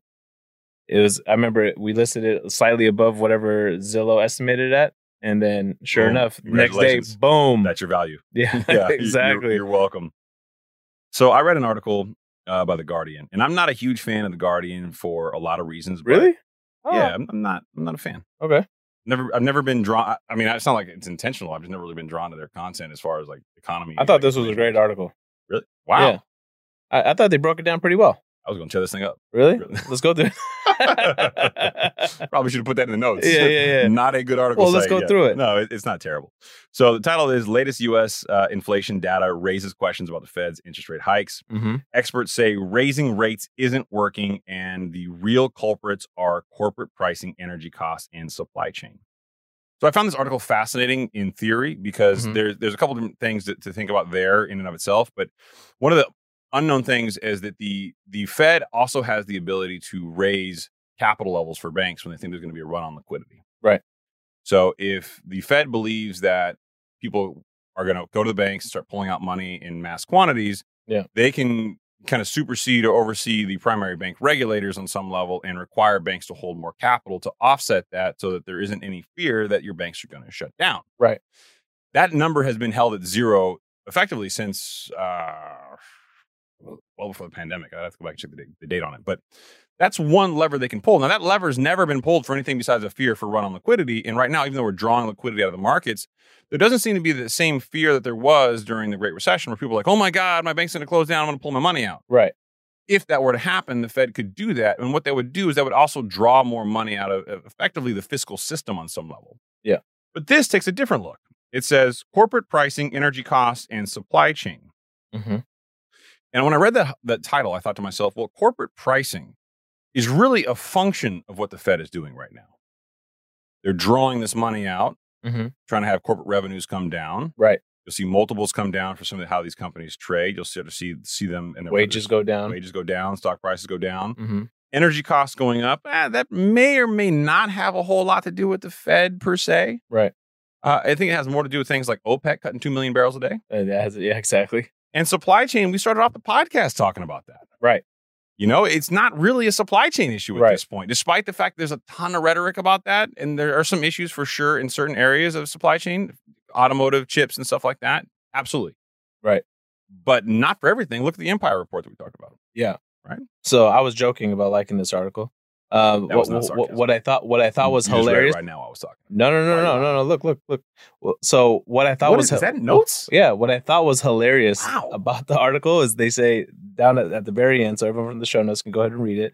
Speaker 1: it was i remember it- we listed it slightly above whatever zillow estimated it at and then sure
Speaker 2: Boom.
Speaker 1: enough next day
Speaker 2: Congratulations.
Speaker 1: boom
Speaker 2: That's your value.
Speaker 1: yeah,
Speaker 2: yeah, you-
Speaker 1: exactly
Speaker 2: You're, you're welcome. So I read an article uh, by the Guardian, and I'm not a huge fan of the Guardian for a lot of reasons. but-
Speaker 1: really Oh,
Speaker 2: Yeah, I'm, I'm not. I'm not a fan.
Speaker 1: okay
Speaker 2: Never. I've never been drawn. I mean, it's not like it's intentional. I've just never really been drawn to their content as far as like economy.
Speaker 1: i thought
Speaker 2: like,
Speaker 1: this was a great article
Speaker 2: Really? Wow.
Speaker 1: Yeah. I, I thought they broke it down pretty well.
Speaker 2: I was going to tear this thing up.
Speaker 1: Really?
Speaker 2: Really?
Speaker 1: Let's go through. it.
Speaker 2: Probably should have put that in the notes.
Speaker 1: Yeah, yeah, yeah.
Speaker 2: not a good article.
Speaker 1: Well, let's
Speaker 2: site
Speaker 1: go
Speaker 2: yet.
Speaker 1: through it.
Speaker 2: No, it, it's not terrible. So the title is "Latest U.S. Uh, Inflation Data Raises Questions About the Fed's Interest Rate Hikes."
Speaker 1: mm-hmm.
Speaker 2: Experts say raising rates isn't working, and the real culprits are corporate pricing, energy costs, and supply chain. So I found this article fascinating in theory because
Speaker 1: Mhm.
Speaker 2: there's there's a couple different things that, to think about there in and of itself. But one of the unknown things is that the the Fed also has the ability to raise capital levels for banks when they think there's going to be a run on liquidity.
Speaker 1: Right.
Speaker 2: So if the Fed believes that people are going to go to the banks and start pulling out money in mass quantities,
Speaker 1: Yeah.
Speaker 2: they can kind of supersede or oversee the primary bank regulators on some level and require banks to hold more capital to offset that so that there isn't any fear that your banks are going to shut down.
Speaker 1: Right.
Speaker 2: That number has been held at zero effectively since uh, well before the pandemic. I'd have to go back and check the date, the date on it. But that's one lever they can pull. Now, that lever's never been pulled for anything besides a fear for run on liquidity. And right now, even though we're drawing liquidity out of the markets, there doesn't seem to be the same fear that there was during the Great Recession where people are like, oh my God, my bank's going to close down. I'm going to pull my money out
Speaker 1: Right.
Speaker 2: if that were to happen, the Fed could do that. And what they would do is that would also draw more money out of of effectively the fiscal system on some level.
Speaker 1: Yeah.
Speaker 2: But this takes a different look. It says corporate pricing, energy costs, and supply chain.
Speaker 1: Mm-hmm.
Speaker 2: And when I read that, that title, I thought to myself, well, corporate pricing is really a function of what the Fed is doing right now. They're drawing this money out,
Speaker 1: Mhm.
Speaker 2: trying to have corporate revenues come down.
Speaker 1: Right.
Speaker 2: You'll see multiples come down for some of the, how these companies trade. You'll sort of see see them and
Speaker 1: Wages go down.
Speaker 2: wages go down, stock prices go down
Speaker 1: Mm-hmm.
Speaker 2: energy costs going up, eh, that may or may not have a whole lot to do with the Fed per se.
Speaker 1: Right.
Speaker 2: Uh, I think it has more to do with things like OPEC cutting 2 million barrels a day
Speaker 1: Uh, that has, yeah, exactly.
Speaker 2: and supply chain. We started off the podcast talking about that.
Speaker 1: Right.
Speaker 2: You know, it's not really a supply chain issue at
Speaker 1: Right.
Speaker 2: this point, despite the fact there's a ton of rhetoric about that. And there are some issues for sure in certain areas of supply chain, automotive chips and stuff like that. Absolutely.
Speaker 1: Right.
Speaker 2: But not for everything. Look at the Empire report that we talked about.
Speaker 1: So I was joking about liking this article. Uh,
Speaker 2: That
Speaker 1: what,
Speaker 2: was not
Speaker 1: what,
Speaker 2: sarcasm.
Speaker 1: what I thought what I thought was
Speaker 2: You just read it
Speaker 1: hilarious.
Speaker 2: Right now, I was talking.
Speaker 1: No, no, no, no,
Speaker 2: Why not?
Speaker 1: no, no. Look, look, look. Well, So what I thought
Speaker 2: What
Speaker 1: was
Speaker 2: is- is that notes?
Speaker 1: Yeah, what I thought was hilarious
Speaker 2: Wow.
Speaker 1: about the article is they say down at, at the very end, so everyone from the show notes can go ahead and read it.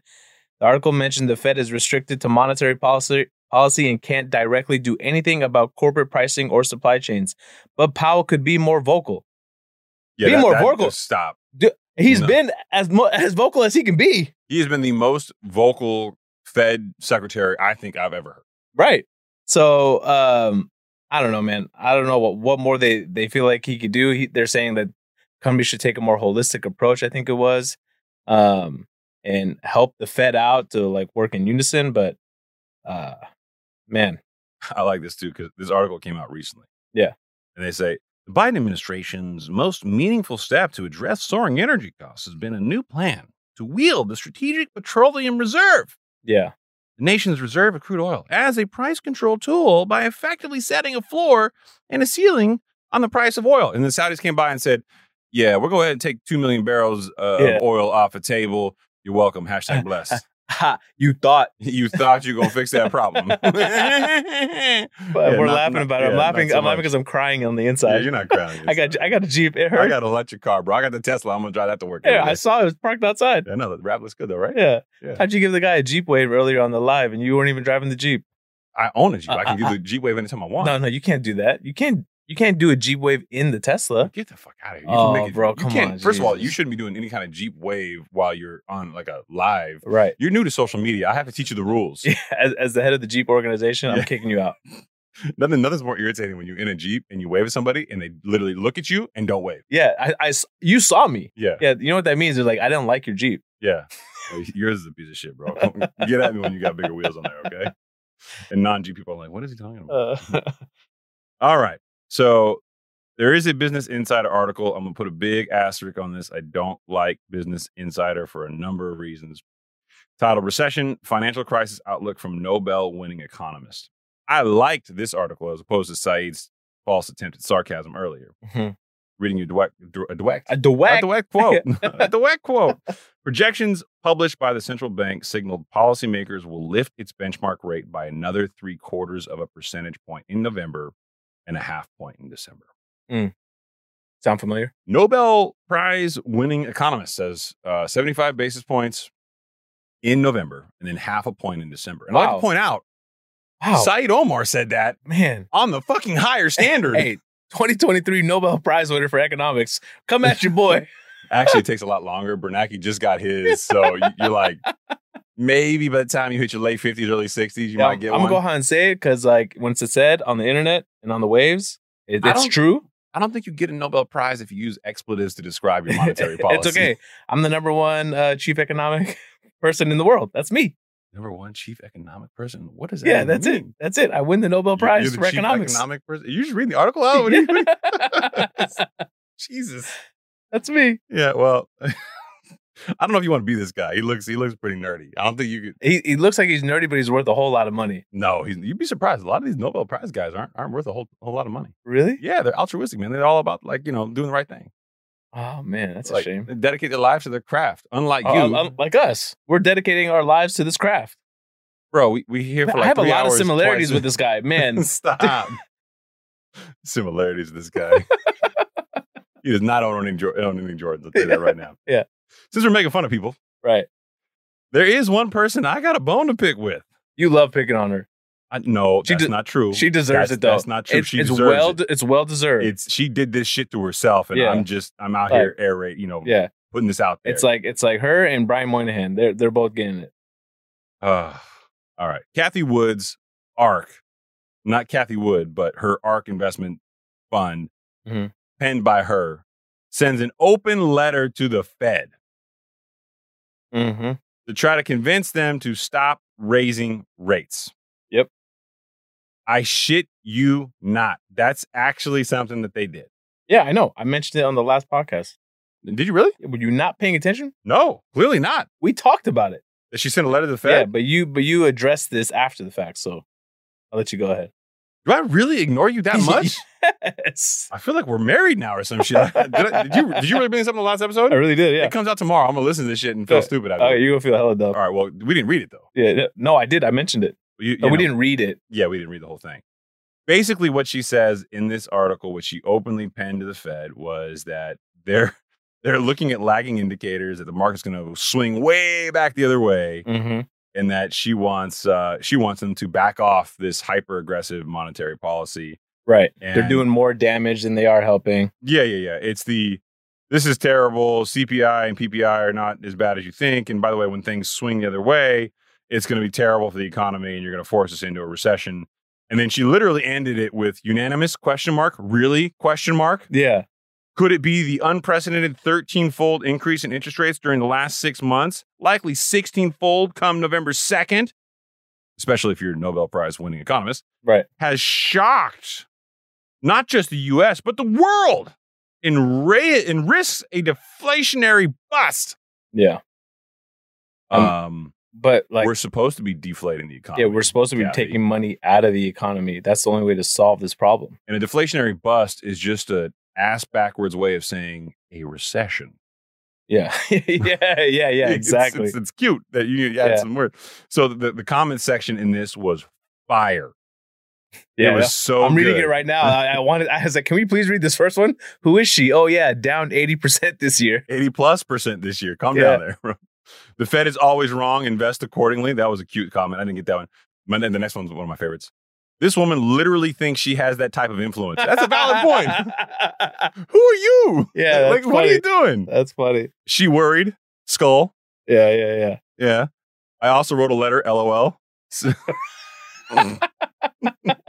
Speaker 1: The article mentioned the Fed is restricted to monetary policy policy and can't directly do anything about corporate pricing or supply chains. But Powell could be more vocal. Be more vocal.
Speaker 2: just Stop.
Speaker 1: He's
Speaker 2: No.
Speaker 1: been as mo- as vocal as he can be.
Speaker 2: He has been the most vocal Fed secretary I think I've ever heard.
Speaker 1: Right. So um I don't know, man. I don't know what what more they they feel like he could do. He, they're saying that companies should take a more holistic approach, I think it was, um and help the Fed out to like work in unison, but uh man,
Speaker 2: I like this too because this article came out recently.
Speaker 1: Yeah.
Speaker 2: And they say the Biden administration's most meaningful step to address soaring energy costs has been a new plan to wield the Strategic Petroleum Reserve,
Speaker 1: yeah.
Speaker 2: the nation's reserve of crude oil, as a price control tool by effectively setting a floor and a ceiling on the price of oil. And the Saudis came by and said, Yeah, we'll go ahead and take 2 million barrels uh,
Speaker 1: Yeah.
Speaker 2: of oil off the table. You're welcome. Hashtag blessed.
Speaker 1: ha, you thought.
Speaker 2: you thought you gonna fix that problem.
Speaker 1: But But
Speaker 2: Yeah,
Speaker 1: we're
Speaker 2: not-
Speaker 1: laughing
Speaker 2: not-
Speaker 1: about it.
Speaker 2: yeah,
Speaker 1: I'm
Speaker 2: not
Speaker 1: laughing.
Speaker 2: so
Speaker 1: I'm laughing
Speaker 2: much.
Speaker 1: because I'm crying on the
Speaker 2: yeah,
Speaker 1: inside.
Speaker 2: you're not crying.
Speaker 1: I got. I got a jeep. It
Speaker 2: I
Speaker 1: hurt.
Speaker 2: got an electric car, bro. I got the Tesla. I'm gonna drive that to work.
Speaker 1: yeah,
Speaker 2: every
Speaker 1: I
Speaker 2: day.
Speaker 1: saw it was parked outside.
Speaker 2: I know the rap looks good though, right?
Speaker 1: Yeah.
Speaker 2: Yeah.
Speaker 1: How'd you give the guy a jeep wave earlier on the live, and you weren't even driving the jeep?
Speaker 2: I own a Jeep.
Speaker 1: Uh,
Speaker 2: I can
Speaker 1: uh,
Speaker 2: do the Jeep Wave anytime I want.
Speaker 1: No, no, you can't do that. You can't. You can't do a jeep wave in the Tesla.
Speaker 2: Get the fuck out of here.
Speaker 1: Oh,
Speaker 2: can
Speaker 1: bro,
Speaker 2: you
Speaker 1: come
Speaker 2: can't-
Speaker 1: on,
Speaker 2: First of all,
Speaker 1: Jesus.
Speaker 2: you shouldn't be doing any kind of Jeep Wave while you're on like a live.
Speaker 1: Right.
Speaker 2: You're new to social media. I have to teach you the rules.
Speaker 1: As, as the head of the jeep organization, I'm
Speaker 2: Yeah.
Speaker 1: kicking you out.
Speaker 2: Nothing, nothing's more irritating when you're in a Jeep and you wave at somebody and they literally look at you and don't wave.
Speaker 1: Yeah. I, I s- You saw me.
Speaker 2: Yeah.
Speaker 1: Yeah. You know what that means? They're like, I don't like your jeep.
Speaker 2: Yeah. Yours is a piece of shit, bro. Get at me when you got bigger wheels on there, okay? And non Jeep people are like, what is he talking about?
Speaker 1: Uh,
Speaker 2: All right. So there is a Business Insider article. I'm going to put a big asterisk on this. I don't like Business Insider for a number of reasons. Title Recession Financial Crisis Outlook from Nobel Winning Economist. I liked this article as opposed to Saeed's false attempt at sarcasm earlier.
Speaker 1: Mhm.
Speaker 2: Reading your Dweck, Dweck,
Speaker 1: a Dweck.
Speaker 2: at the wet quote. At the wet quote. Projections published by the central bank signaled policymakers will lift its benchmark rate by another three quarters of a percentage point in November and a half point in December.
Speaker 1: Sound familiar?
Speaker 2: Nobel Prize winning economist says uh, 75 basis points in November and then half a point in December. And I'd like
Speaker 1: Wow.
Speaker 2: to point out,
Speaker 1: Wow.
Speaker 2: Saeed Omar said that
Speaker 1: Man.
Speaker 2: on the fucking higher standard.
Speaker 1: Hey, 2023 Nobel Prize winner for economics. Come at your boy.
Speaker 2: Actually, it takes a lot longer. Bernanke just got his, so y- you're like, maybe by the time you hit your late fifties, early sixties, you
Speaker 1: Yeah,
Speaker 2: might get
Speaker 1: I'm
Speaker 2: one.
Speaker 1: gonna go ahead and say it because like once it's said on the internet and on the waves, it,
Speaker 2: I
Speaker 1: it's
Speaker 2: don't-
Speaker 1: true.
Speaker 2: I don't think you get a Nobel Prize if you use expletives to describe your monetary policy.
Speaker 1: it's okay. I'm the number one uh, chief economic person in the world. That's me.
Speaker 2: Number one chief economic person. What does that?
Speaker 1: Yeah, that's it. That's it. I win the Nobel Prize
Speaker 2: You're the
Speaker 1: for
Speaker 2: chief
Speaker 1: economics.
Speaker 2: Economic person. You just reading the article out. What do you- what do Oh, you- Jesus.
Speaker 1: that's me.
Speaker 2: Yeah. Well, I don't know if you want to be this guy. He looks. He looks pretty nerdy. I don't think you could.
Speaker 1: He, he looks like he's nerdy, but he's worth a whole lot of money.
Speaker 2: No, he's, you'd be surprised. A lot of these Nobel Prize guys aren't aren't worth a whole whole lot of money.
Speaker 1: Really?
Speaker 2: Yeah, they're altruistic, man. They're all about like you know doing the right thing.
Speaker 1: Oh man, that's
Speaker 2: like,
Speaker 1: a shame.
Speaker 2: They dedicate their lives to their craft. Unlike
Speaker 1: Uh,
Speaker 2: you,
Speaker 1: um, like us, we're dedicating our lives to this craft.
Speaker 2: bro, we we here for like
Speaker 1: I have a
Speaker 2: three
Speaker 1: lot of
Speaker 2: hours
Speaker 1: similarities
Speaker 2: twice-
Speaker 1: with this guy, man.
Speaker 2: Stop. similarities with this guy. he does not own any Jor- own any Jordans. I'll tell you that right now.
Speaker 1: Yeah.
Speaker 2: Since we're making fun of people,
Speaker 1: right?
Speaker 2: there is one person I got a bone to pick with.
Speaker 1: You love picking on her.
Speaker 2: I, no,
Speaker 1: She
Speaker 2: that's
Speaker 1: de-
Speaker 2: not true.
Speaker 1: She deserves
Speaker 2: That's-
Speaker 1: it though.
Speaker 2: That's not true.
Speaker 1: It's,
Speaker 2: she
Speaker 1: it's
Speaker 2: deserves
Speaker 1: well,
Speaker 2: it.
Speaker 1: it's well deserved.
Speaker 2: It's she did this shit to herself, and
Speaker 1: Yeah.
Speaker 2: I'm just I'm out
Speaker 1: Like-
Speaker 2: here aerate, you know,
Speaker 1: yeah,
Speaker 2: putting this out there.
Speaker 1: it's like it's like her and Brian Moynihan. They're they're both getting it.
Speaker 2: Uh, all right. Kathy Wood's ARC, not Kathy Wood, but her ARC investment fund,
Speaker 1: Mhm.
Speaker 2: penned by her, sends an open letter to the Fed
Speaker 1: Mm-hmm.
Speaker 2: to try to convince them to stop raising rates.
Speaker 1: Yep.
Speaker 2: I shit you not. That's actually something that they did.
Speaker 1: Yeah, I know. I mentioned it on the last podcast.
Speaker 2: Did you really?
Speaker 1: Were you not paying attention?
Speaker 2: No, clearly not.
Speaker 1: We talked about it.
Speaker 2: That she sent a letter to the
Speaker 1: Yeah,
Speaker 2: Fed.
Speaker 1: but you but you addressed this after the fact, so I'll let you go ahead.
Speaker 2: Do I really ignore you that much?
Speaker 1: yes.
Speaker 2: I feel like we're married now or some shit. did, I, did you did you really bring this up in the last episode?
Speaker 1: I really did.
Speaker 2: It
Speaker 1: Yeah.
Speaker 2: comes out tomorrow. I'm gonna listen to this shit and feel
Speaker 1: Yeah.
Speaker 2: stupid. After.
Speaker 1: Oh, you're gonna feel hella
Speaker 2: All
Speaker 1: dumb.
Speaker 2: right. Well, we didn't read it though.
Speaker 1: Yeah. yeah. No, I did. I mentioned it.
Speaker 2: You- you
Speaker 1: But Oh, we
Speaker 2: know,
Speaker 1: didn't read it.
Speaker 2: Yeah, we didn't read the whole thing. Basically, what she says in this article, which she openly penned to the Fed, was that they're they're looking at lagging indicators that the market's going to swing way back the other way,
Speaker 1: Mm-hmm.
Speaker 2: and that she wants uh, she wants them to back off this hyper aggressive monetary policy.
Speaker 1: Right. They're
Speaker 2: And-
Speaker 1: doing more damage than they are helping.
Speaker 2: Yeah, yeah, yeah. It's the this is terrible. CPI and PPI are not as bad as you think. And by the way, when things swing the other way, it's going to be terrible for the economy, and you're going to force us into a recession. And then she literally ended it with unanimous question mark. Really question mark?
Speaker 1: Yeah.
Speaker 2: Could it be the unprecedented 13 fold increase in interest rates during the last six months? Likely 16 fold come November 2nd, especially if you're a Nobel Prize winning economist
Speaker 1: Right.
Speaker 2: has shocked not just the US, but the world and, ra- and risks a deflationary bust.
Speaker 1: Yeah.
Speaker 2: Um,
Speaker 1: Um, But like
Speaker 2: we're supposed to be deflating the economy.
Speaker 1: yeah, we're supposed to be
Speaker 2: Kathy.
Speaker 1: taking money out of the economy. That's the only way to solve this problem.
Speaker 2: And a deflationary bust is just a ass backwards way of saying a recession.
Speaker 1: Yeah. yeah. Yeah. Yeah.
Speaker 2: It's-
Speaker 1: Exactly.
Speaker 2: It's, it's cute that you you add
Speaker 1: Yeah.
Speaker 2: some words. So the, the comment section in this was fire.
Speaker 1: yeah.
Speaker 2: it was so
Speaker 1: I'm reading
Speaker 2: good.
Speaker 1: it right now. I, I wanted. I was like, "Can we please read this first one? Who is she? Oh yeah, down eighty percent this year.
Speaker 2: 80 plus percent this year. Calm
Speaker 1: Yeah.
Speaker 2: down there. bro. The Fed is always wrong. Invest accordingly. That was a cute comment. I didn't get that one. And then the next one's one of my favorites. This woman literally thinks she has that type of influence. That's a valid point.
Speaker 1: point.
Speaker 2: Who are you?
Speaker 1: Yeah,
Speaker 2: like,
Speaker 1: that's
Speaker 2: what are you doing?
Speaker 1: That's funny.
Speaker 2: She worried. Skull.
Speaker 1: Yeah. Yeah. Yeah.
Speaker 2: Yeah. I also wrote a letter, LOL. So-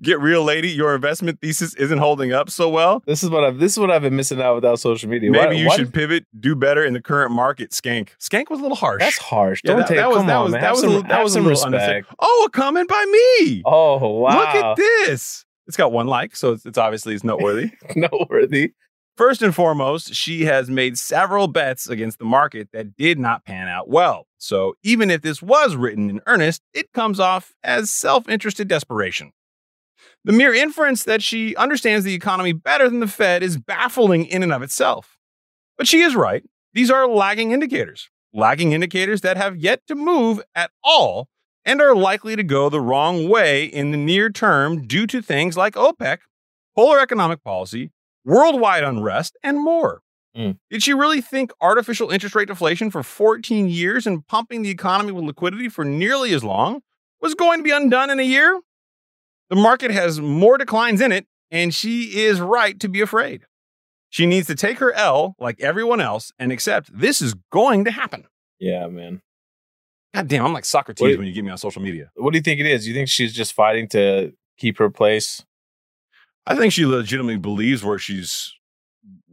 Speaker 2: Get real, lady. Your investment thesis isn't holding up so well.
Speaker 1: This is what I've. This is what I've been missing out without social media.
Speaker 2: Maybe
Speaker 1: Why-
Speaker 2: you
Speaker 1: why-
Speaker 2: should pivot, do better in the current market. Skank. Skank was a little harsh.
Speaker 1: That's harsh.
Speaker 2: Yeah,
Speaker 1: Don't
Speaker 2: that,
Speaker 1: take.
Speaker 2: that was
Speaker 1: come
Speaker 2: that
Speaker 1: on,
Speaker 2: was
Speaker 1: man.
Speaker 2: that
Speaker 1: Have
Speaker 2: was
Speaker 1: some,
Speaker 2: a little, that
Speaker 1: have
Speaker 2: was
Speaker 1: some
Speaker 2: a little unnecessary.
Speaker 1: respect.
Speaker 2: Oh, a comment by me.
Speaker 1: Oh wow!
Speaker 2: Look at this. It's got one like, so it's, it's obviously it's noteworthy.
Speaker 1: Noteworthy.
Speaker 2: First and foremost, she has made several bets against the market that did not pan out well. So even if this was written in earnest, it comes off as self interested desperation. The mere inference that she understands the economy better than the Fed is baffling in and of itself. But she is right. These are lagging indicators, lagging indicators that have yet to move at all and are likely to go the wrong way in the near term due to things like OPEC, polar economic policy, worldwide unrest, and more.
Speaker 1: Mm.
Speaker 2: Did she really think artificial interest rate deflation for 14 years and pumping the economy with liquidity for nearly as long was going to be undone in a year? The market has more declines in it, and she is right to be afraid. She needs to take her L like everyone else and accept this is going to happen.
Speaker 1: Yeah, man.
Speaker 2: God damn, I'm like Socrates
Speaker 1: Wait.
Speaker 2: when you get me on social media.
Speaker 1: What do you think it is? You think she's just fighting to keep her place?
Speaker 2: I think she legitimately believes where she's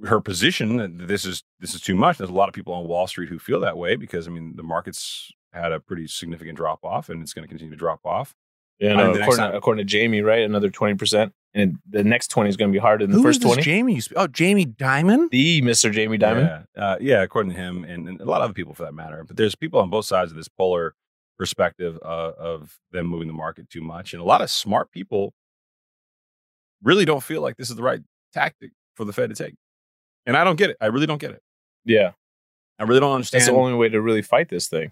Speaker 2: her position that this is this is too much. There's a lot of people on Wall Street who feel that way because I mean the markets had a pretty significant drop off and it's going to continue to drop off.
Speaker 1: Yeah,
Speaker 2: no,
Speaker 1: according,
Speaker 2: according
Speaker 1: to,
Speaker 2: to-
Speaker 1: Jamie, right? Another twenty percent, and the next twenty is going to be harder than the first twenty.
Speaker 2: Jamie? you sp- Oh, Jamie Dimon.
Speaker 1: the Mister Jamie Diamond.
Speaker 2: Yeah, uh, yeah, according to him and, and a lot of other people for that matter. But there's people on both sides of this polar perspective uh, of them moving the market too much, and a lot of smart people really don't feel like this is the right tactic for the Fed to take. And I don't get it. I really don't get it.
Speaker 1: Yeah,
Speaker 2: I really don't
Speaker 1: that's
Speaker 2: understand.
Speaker 1: the only way to really fight this thing.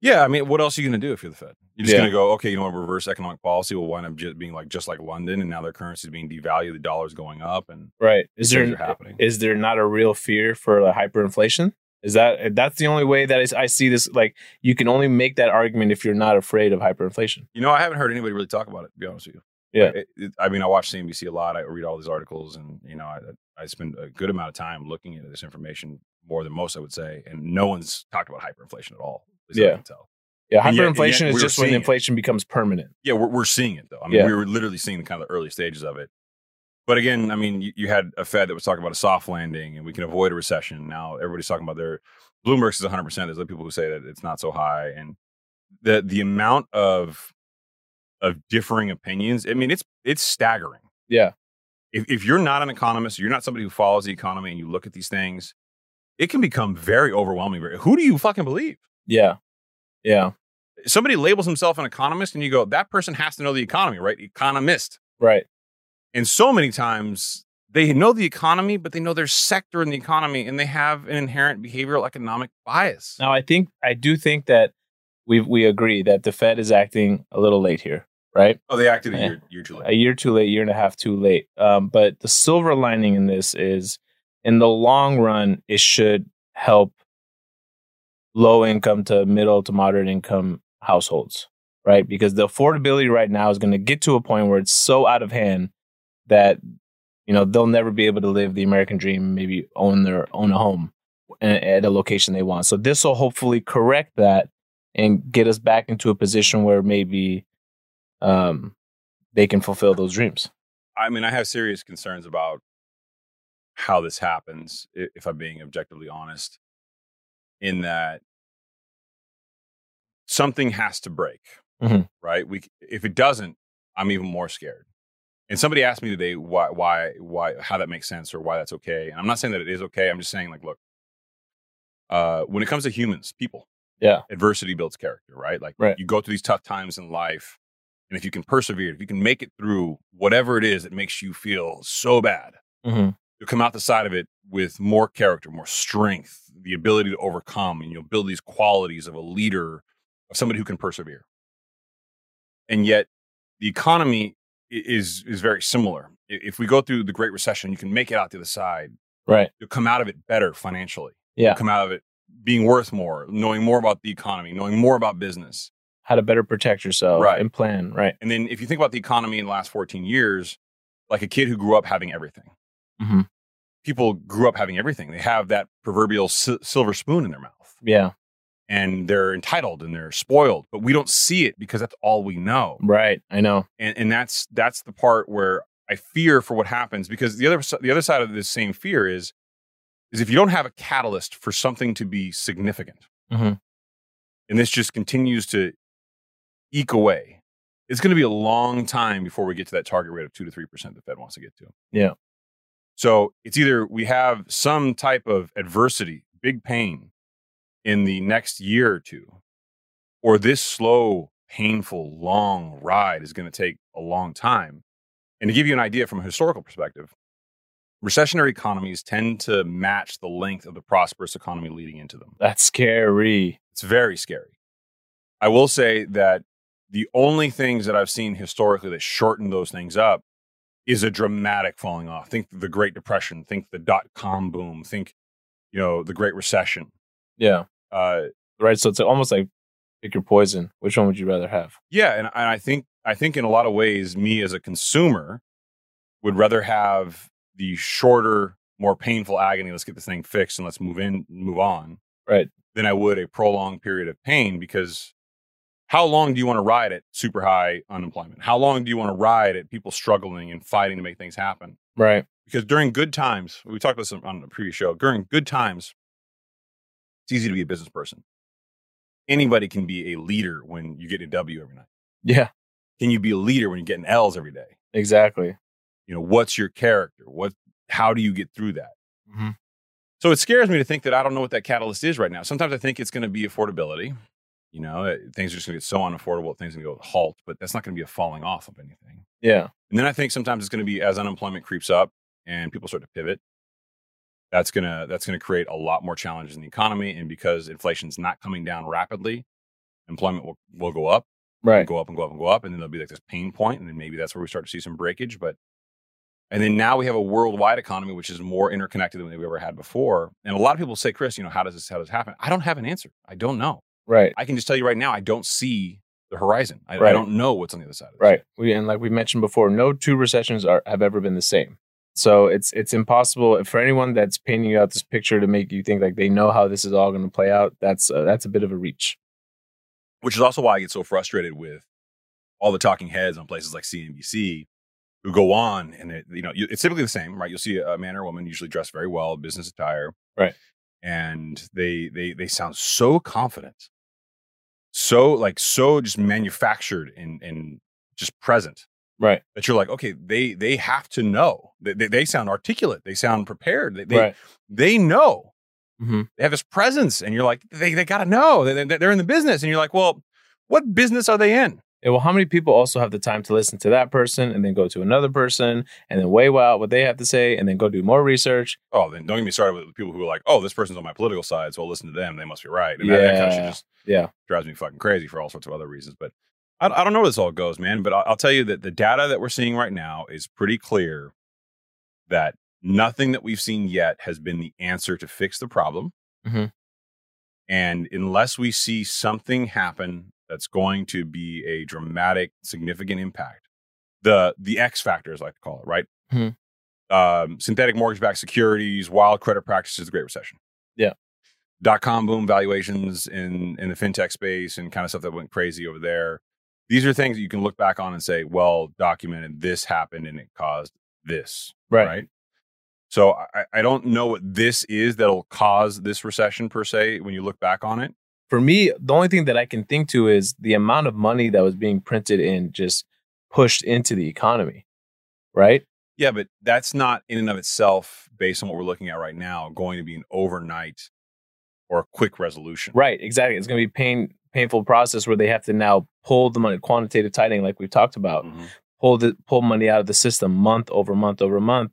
Speaker 2: yeah, I mean, what else are you going to do if you're the Fed? You're just
Speaker 1: Yeah.
Speaker 2: going to go, okay, you know what? Reverse economic policy will wind up just being like just like London, and now their currency is being devalued, the dollar's going up, and
Speaker 1: Right? Is
Speaker 2: things are
Speaker 1: there
Speaker 2: happening?
Speaker 1: is there not a real fear for like, hyperinflation? Is that that's the only way that is, I see this? Like, you can only make that argument if you're not afraid of hyperinflation.
Speaker 2: you know, I haven't heard anybody really talk about it. To be honest with you,
Speaker 1: Yeah.
Speaker 2: Like, it- it- I mean, I watch CNBC a lot. I read all these articles, and you know, I I spend a good amount of time looking at this information more than most, I would say, and no one's talked about hyperinflation at all. At least I
Speaker 1: Yeah.
Speaker 2: can tell.
Speaker 1: Yeah,
Speaker 2: And yet- and
Speaker 1: hyperinflation
Speaker 2: yet
Speaker 1: is
Speaker 2: we're
Speaker 1: just when
Speaker 2: seeing it.
Speaker 1: inflation becomes permanent.
Speaker 2: Yeah, we're, we're seeing it though. I mean,
Speaker 1: Yeah.
Speaker 2: we were literally seeing the kind of the early stages of it. But again, I mean, you, you had a Fed that was talking about a soft landing and we can avoid a recession. Now everybody's talking about their Bloomberg is 100%. There's other people who say that it's not so high. And the the amount of of differing opinions, I mean, it's it's staggering.
Speaker 1: Yeah.
Speaker 2: If, if you're not an economist, you're not somebody who follows the economy and you look at these things, it can become very overwhelming. Who do you fucking believe?
Speaker 1: Yeah, yeah,
Speaker 2: Somebody labels himself an economist and you go, that person has to know the economy, right? Economist.
Speaker 1: right.
Speaker 2: And so many times they know the economy, but they know their sector in the economy and they have an inherent behavioral economic bias.
Speaker 1: Now, I think I do think that we we agree that the Fed is acting a little late here, right?
Speaker 2: oh, they acted
Speaker 1: a year-
Speaker 2: too
Speaker 1: A year too late, year and a half too late. Um, but the silver lining in this is, in the long run, it should help low income to middle to moderate income households, right? Because the affordability right now is going to get to a point where it's so out of hand that you know they'll never be able to live the American dream, maybe own their own a home a- at a location they want. So this will hopefully correct that and get us back into a position where maybe um, they can fulfill those dreams.
Speaker 2: I mean, I have serious concerns about how this happens, i- if I'm being objectively honest, in that something has to break,
Speaker 1: Mhm.
Speaker 2: right? We, c- if it doesn't, I'm even more scared. And somebody asked me today why, why, why, how that makes sense or why that's okay. And I'm not saying that it is okay. I'm just saying, like, look, uh, when it comes to humans, people,
Speaker 1: Yeah.
Speaker 2: adversity builds character, right? Like,
Speaker 1: Right.
Speaker 2: you go through these tough times in life, and if you can persevere, if you can make it through whatever it is that makes you feel so bad,
Speaker 1: Mm-hmm.
Speaker 2: you'll come out the side of it with more character, more strength, the ability to overcome, and you'll build these qualities of a leader, of somebody who can persevere. And yet, the economy i- is is very similar. I- If we go through the Great Recession, you can make it out the other side.
Speaker 1: Right.
Speaker 2: You'll come out of it better financially.
Speaker 1: Yeah.
Speaker 2: You'll come out of it being worth more, knowing more about the economy, knowing more about business.
Speaker 1: How to better protect yourself
Speaker 2: Right.
Speaker 1: and plan. Right.
Speaker 2: And then if you think about the economy in the last 14 years, like a kid who grew up having everything,
Speaker 1: Mhm.
Speaker 2: people grew up having everything. They have that proverbial si- silver spoon in their mouth
Speaker 1: Yeah.
Speaker 2: and they're entitled and they're spoiled, but we don't see it because that's all we know.
Speaker 1: Right. I know.
Speaker 2: And, and that's, that's the part where I fear for what happens because the other, s- the other side of this same fear is, is if you don't have a catalyst for something to be significant
Speaker 1: Mhm.
Speaker 2: and this just continues to eke away, it's going to be a long time before we get to that target rate of two to three percent the Fed wants to get to.
Speaker 1: Yeah.
Speaker 2: So it's either we have some type of adversity, big pain in the next year or two, or this slow, painful, long ride is going to take a long time. And to give you an idea from a historical perspective, recessionary economies tend to match the length of the prosperous economy leading into them.
Speaker 1: That's scary.
Speaker 2: It's very scary. I will say that the only things that I've seen historically that shorten those things up is a dramatic falling off. Think the Great Depression, think the dot com boom, think, you know, the Great Recession.
Speaker 1: Yeah.
Speaker 2: Uh,
Speaker 1: Right. So it's almost like pick your poison. Which one would you rather have?
Speaker 2: yeah, and, and I think I think in a lot of ways, me as a consumer would rather have the shorter, more painful agony. Let's get this thing fixed and let's move in, move on.
Speaker 1: Right.
Speaker 2: Than I would a prolonged period of pain because how long do you want to ride at super high unemployment? How long do you want to ride at people struggling and fighting to make things happen?
Speaker 1: Right.
Speaker 2: because during good times, we talked about this on the previous show. During good times, it's easy to be a business person. Anybody can be a leader when you get a W every night.
Speaker 1: Yeah.
Speaker 2: Can you be a leader when you're getting L's every day?
Speaker 1: Exactly.
Speaker 2: You know, what's your character? What? How do you get through that?
Speaker 1: Mhm.
Speaker 2: So it scares me to think that I don't know what that catalyst is right now. Sometimes I think it's going to be affordability. You know, eh, things are just going to get so unaffordable, things are going to go to halt. But that's not going to be a falling off of anything.
Speaker 1: Yeah.
Speaker 2: And then I think sometimes it's going to be as unemployment creeps up and people start to pivot. That's gonna that's gonna create a lot more challenges in the economy, and because inflation's not coming down rapidly, employment will, will go up, and
Speaker 1: Right.
Speaker 2: go up and go up and go up, and then there'll be like this pain point, and then maybe that's where we start to see some breakage. But and then now we have a worldwide economy which is more interconnected than we ever had before. And a lot of people say, Chris, you know, how does this how does this happen? I don't have an answer. I don't know.
Speaker 1: Right.
Speaker 2: I can just tell you right now, I don't see the horizon. I, I
Speaker 1: Right.
Speaker 2: don't know what's on the other side of this.
Speaker 1: Right. We and like we mentioned before, no two recessions are have ever been the same. So it's it's impossible for anyone that's painting out this picture to make you think like they know how this is all going to play out. That's uh, that's a bit of a reach.
Speaker 2: which is also why I get so frustrated with all the talking heads on places like CNBC who go on and it, you know you, it's typically the same, right? You'll see a man or woman usually dressed very well, business attire,
Speaker 1: Right.
Speaker 2: And they they they sound so confident, so like so just manufactured and and just present
Speaker 1: Right.
Speaker 2: that you're like, okay, they they have to know. They they, they sound articulate. They sound prepared. They they,
Speaker 1: right.
Speaker 2: they know
Speaker 1: Mhm.
Speaker 2: they have this presence, and you're like, they they gotta know. They, they, they're in the business, and you're like, well, what business are they in?
Speaker 1: Yeah, well, how many people also have the time to listen to that person and then go to another person and then weigh out what they have to say and then go do more research?
Speaker 2: Oh, then don't get me started with people who are like, oh, this person's on my political side, so I'll listen to them. They must be right. And that, that kind of shit
Speaker 1: Yeah.
Speaker 2: just
Speaker 1: Yeah.
Speaker 2: drives me fucking crazy for all sorts of other reasons. But I, I don't know where this all goes, man. But I'll, I'll tell you that the data that we're seeing right now is pretty clear that nothing that we've seen yet has been the answer to fix the problem.
Speaker 1: Mhm.
Speaker 2: And unless we see something happen that's going to be a dramatic, significant impact, the the X factor, as I like to call it, right?
Speaker 1: Mhm.
Speaker 2: Um, synthetic mortgage-backed securities, wild credit practices, the Great Recession dot com boom valuations in in the fintech space and kind of stuff that went crazy over there. These are things that you can look back on and say, well, documented this happened and it caused this, right? So I, I don't know what this is that'll cause this recession per se when you look back on it.
Speaker 1: For me, the only thing that I can think to is the amount of money that was being printed and just pushed into the economy. Right.
Speaker 2: Yeah, but that's not in and of itself, based on what we're looking at right now, going to be an overnight or a quick resolution.
Speaker 1: Right, exactly. It's going to be pain painful process where they have to now pull the money, quantitative tightening, like we've talked about,
Speaker 2: Mhm.
Speaker 1: pull the pull money out of the system month over month over month,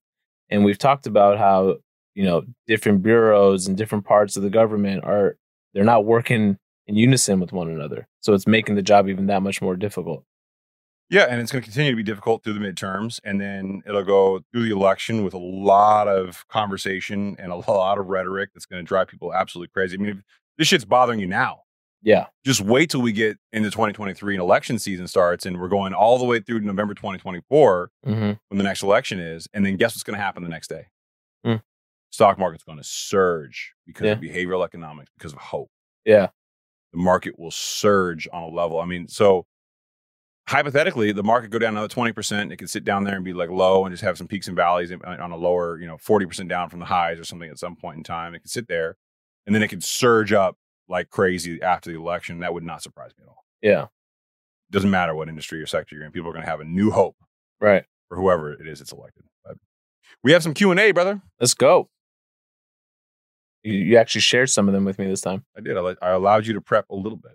Speaker 1: And we've talked about how, you know, different bureaus and different parts of the government are they're not working in unison with one another. So it's making the job even that much more difficult.
Speaker 2: Yeah, and it's going to continue to be difficult through the midterms, and then it'll go through the election with a lot of conversation and a lot of rhetoric that's going to drive people absolutely crazy. I mean, if this shit's bothering you now.
Speaker 1: Yeah.
Speaker 2: Just wait till we get into 2023 and election season starts, and we're going all the way through to November 2024
Speaker 1: Mm-hmm.
Speaker 2: when the next election is, and then guess what's going to happen the next day?
Speaker 1: Mm.
Speaker 2: Stock market's going to surge because of behavioral economics, because of hope
Speaker 1: Yeah.
Speaker 2: the market will surge on a level. I mean, so hypothetically, the market go down another twenty percent. It could sit down there and be like low and just have some peaks and valleys and- on a lower, you know, forty percent down from the highs or something at some point in time. It could sit there, and then it could surge up like crazy after the election. That would not surprise me at all.
Speaker 1: Yeah.
Speaker 2: Doesn't matter what industry or sector you're in, people are going to have a new hope
Speaker 1: Right.
Speaker 2: for whoever it is that's elected. But we have some Q and A, brother.
Speaker 1: Let's go. You, you actually shared some of them with me this time.
Speaker 2: I did. I, let- I allowed you to prep a little bit,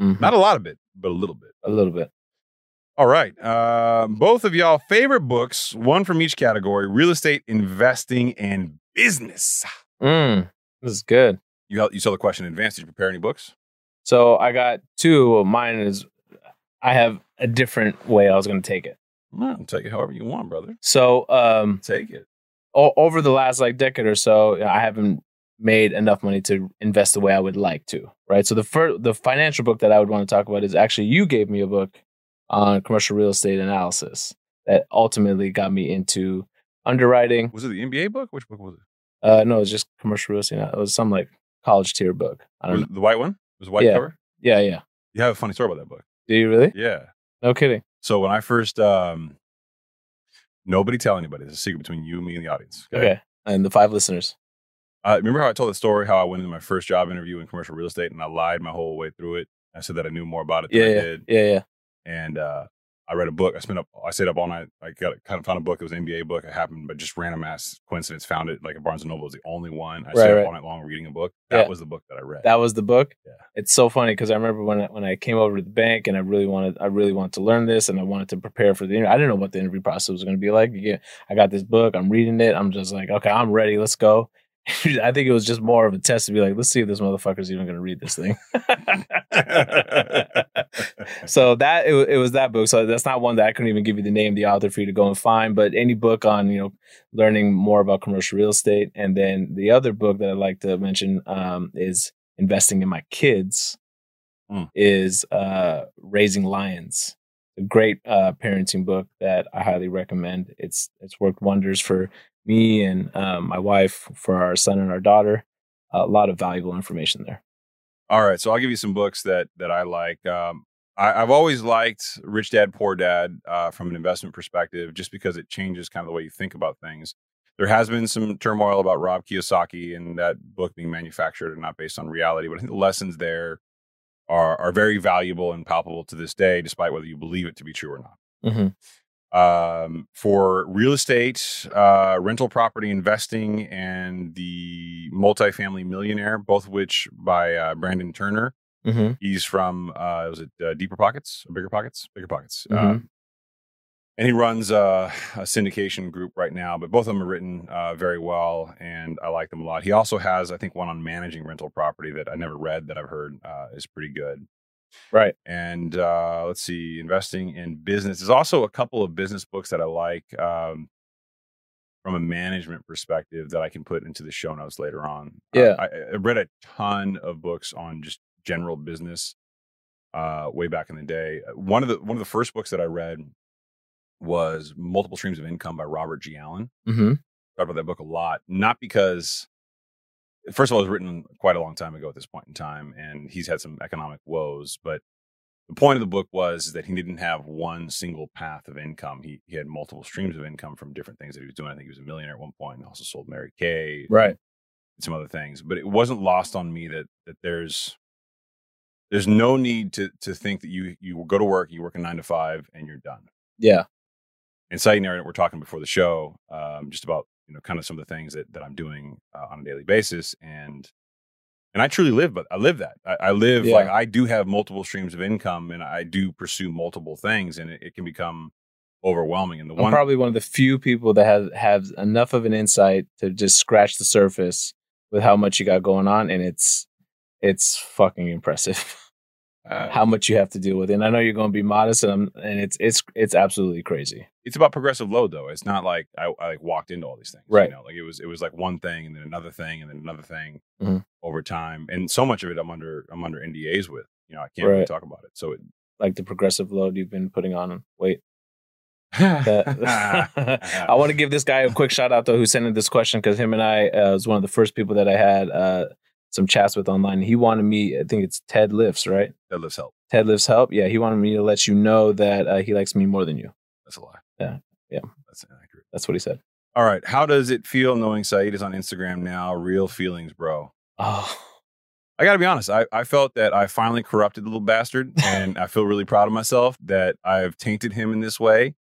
Speaker 1: Mhm.
Speaker 2: not a lot of it, but a little bit.
Speaker 1: a little bit.
Speaker 2: All right. Uh, both of y'all favorite books, one from each category, real estate, investing, and business.
Speaker 1: Mm, this is good.
Speaker 2: You, you saw the question in advance. Did you prepare any books?
Speaker 1: So I got two. Mine is I have a different way I was going to take it.
Speaker 2: No, take it however you want, brother.
Speaker 1: So um,
Speaker 2: Take it.
Speaker 1: o- over the last like decade or so, I haven't made enough money to invest the way I would like to. Right. So the first, the financial book that I would want to talk about is actually you gave me a book on commercial real estate analysis that ultimately got me into underwriting.
Speaker 2: Was it the NBA book? Which book was it?
Speaker 1: Uh, no, it was just commercial real estate. It was some like college tier book. I don't
Speaker 2: Was
Speaker 1: know.
Speaker 2: it the white one? It was a white
Speaker 1: Yeah.
Speaker 2: cover?
Speaker 1: Yeah, yeah.
Speaker 2: You have a funny story about that book.
Speaker 1: Do you really?
Speaker 2: Yeah.
Speaker 1: No kidding.
Speaker 2: So when I first, um, nobody tell anybody. It's a secret between you, me, and the audience.
Speaker 1: Okay. And the five listeners.
Speaker 2: Uh, remember how I told the story how I went into my first job interview in commercial real estate and I lied my whole way through it. I said that I knew more about it than I
Speaker 1: Yeah,
Speaker 2: did.
Speaker 1: Yeah, yeah.
Speaker 2: and uh, I read a book. I spent up, I stayed up all night. I got kind of found a book. It was an NBA book. It happened, but just random ass coincidence. Found it like at Barnes and Noble. It was the only one. I
Speaker 1: Right,
Speaker 2: stayed
Speaker 1: right.
Speaker 2: up all night long reading a book. That
Speaker 1: Yeah.
Speaker 2: was the book that I read.
Speaker 1: that was the book.
Speaker 2: Yeah.
Speaker 1: It's so funny because I remember when I, when I came over to the bank and I really wanted I really wanted to learn this and I wanted to prepare for the interview. I didn't know what the interview process was going to be like. Yeah, I got this book. I'm reading it. I'm just like, okay, I'm ready. Let's go. I think it was just more of a test to be like, let's see if this motherfucker's even going to read this thing. so that it, wa- it was that book. So that's not one that I couldn't even give you the name, of the author for you to go and find. But any book on you know learning more about commercial real estate, and then the other book that I'd like to mention um, is investing in my kids.
Speaker 2: Hmm.
Speaker 1: Is uh, raising lions. A great uh, parenting book that I highly recommend. It's it's worked wonders for me and um, my wife, for our son and our daughter. A lot of valuable information there.
Speaker 2: all right, so I'll give you some books that that I like. Um, I, I've always liked Rich Dad Poor Dad uh, from an investment perspective, just because it changes kind of the way you think about things. There has been some turmoil about Rob Kiyosaki and that book being manufactured and not based on reality, but I think the lessons there are are very valuable and palpable to this day, despite whether you believe it to be true or not
Speaker 1: Mm-hmm.
Speaker 2: um, for real estate, uh, rental property investing, and the multifamily millionaire, both of which by uh, Brandon Turner.
Speaker 1: Mm-hmm.
Speaker 2: He's from uh, was it uh, Deeper Pockets or Bigger Pockets? Bigger Pockets. Uh,
Speaker 1: Mhm.
Speaker 2: and he runs uh, a syndication group right now, but both of them are written uh, very well, and I like them a lot. He also has, I think, one on managing rental property that I never read that I've heard uh, is pretty good
Speaker 1: Right.
Speaker 2: and uh, let's see, investing in business. There's also a couple of business books that I like um, from a management perspective that I can put into the show notes later on. Uh,
Speaker 1: Yeah.
Speaker 2: I, I read a ton of books on just general business uh, way back in the day. Uh, One of the one of the first books that I read was Multiple Streams of Income by Robert G. Allen
Speaker 1: Mm-hmm.
Speaker 2: talked about that book a lot, not because first of all, it was written quite a long time ago at this point in time, and he's had some economic woes, but the point of the book was that he didn't have one single path of income. He, he had multiple streams of income from different things that he was doing. I think he was a millionaire at one point and also sold Mary Kay
Speaker 1: Right.
Speaker 2: and some other things. But it wasn't lost on me that that there's there's no need to to think that you you go to work, you work a nine to five, and you're done
Speaker 1: Yeah.
Speaker 2: and Saeed and I were talking before the show um, just about you know kind of some of the things that that I'm doing uh, on a daily basis, and and I truly live, but I live that I, I live
Speaker 1: Yeah.
Speaker 2: like I do have multiple streams of income, and I do pursue multiple things, and it, it can become overwhelming. And the
Speaker 1: I'm
Speaker 2: one
Speaker 1: probably one of the few people that has have enough of an insight to just scratch the surface with how much you got going on, and it's it's fucking impressive
Speaker 2: uh,
Speaker 1: how much you have to deal with. And I know you're going to be modest, and I'm, and it's it's it's absolutely crazy.
Speaker 2: it's about progressive load though. It's not like I, I like walked into all these things,
Speaker 1: Right.
Speaker 2: You know, like it was it was like one thing and then another thing and then another thing
Speaker 1: Mhm.
Speaker 2: over time, and so much of it I'm under I'm under NDAs with. You know, I can't really
Speaker 1: Right.
Speaker 2: talk about it. So it,
Speaker 1: Like the progressive load you've been putting on weight.
Speaker 2: that,
Speaker 1: That- I want to give this guy a quick shout out though, who sent in this question because him and I uh, was one of the first people that I had uh, some chats with online. He wanted me, I think it's Ted Lifts, right?
Speaker 2: lifts help.
Speaker 1: Ted Lifts help. Yeah, he wanted me to let you know that uh, he likes me more than you.
Speaker 2: That's a lie.
Speaker 1: Yeah. Yeah.
Speaker 2: That's inaccurate.
Speaker 1: That's what he said.
Speaker 2: All right. How does it feel knowing Saeed is on Instagram now? Real feelings, bro.
Speaker 1: Oh,
Speaker 2: I got to be honest. I, I felt that I finally corrupted the little bastard, and I feel really proud of myself that I've tainted him in this way.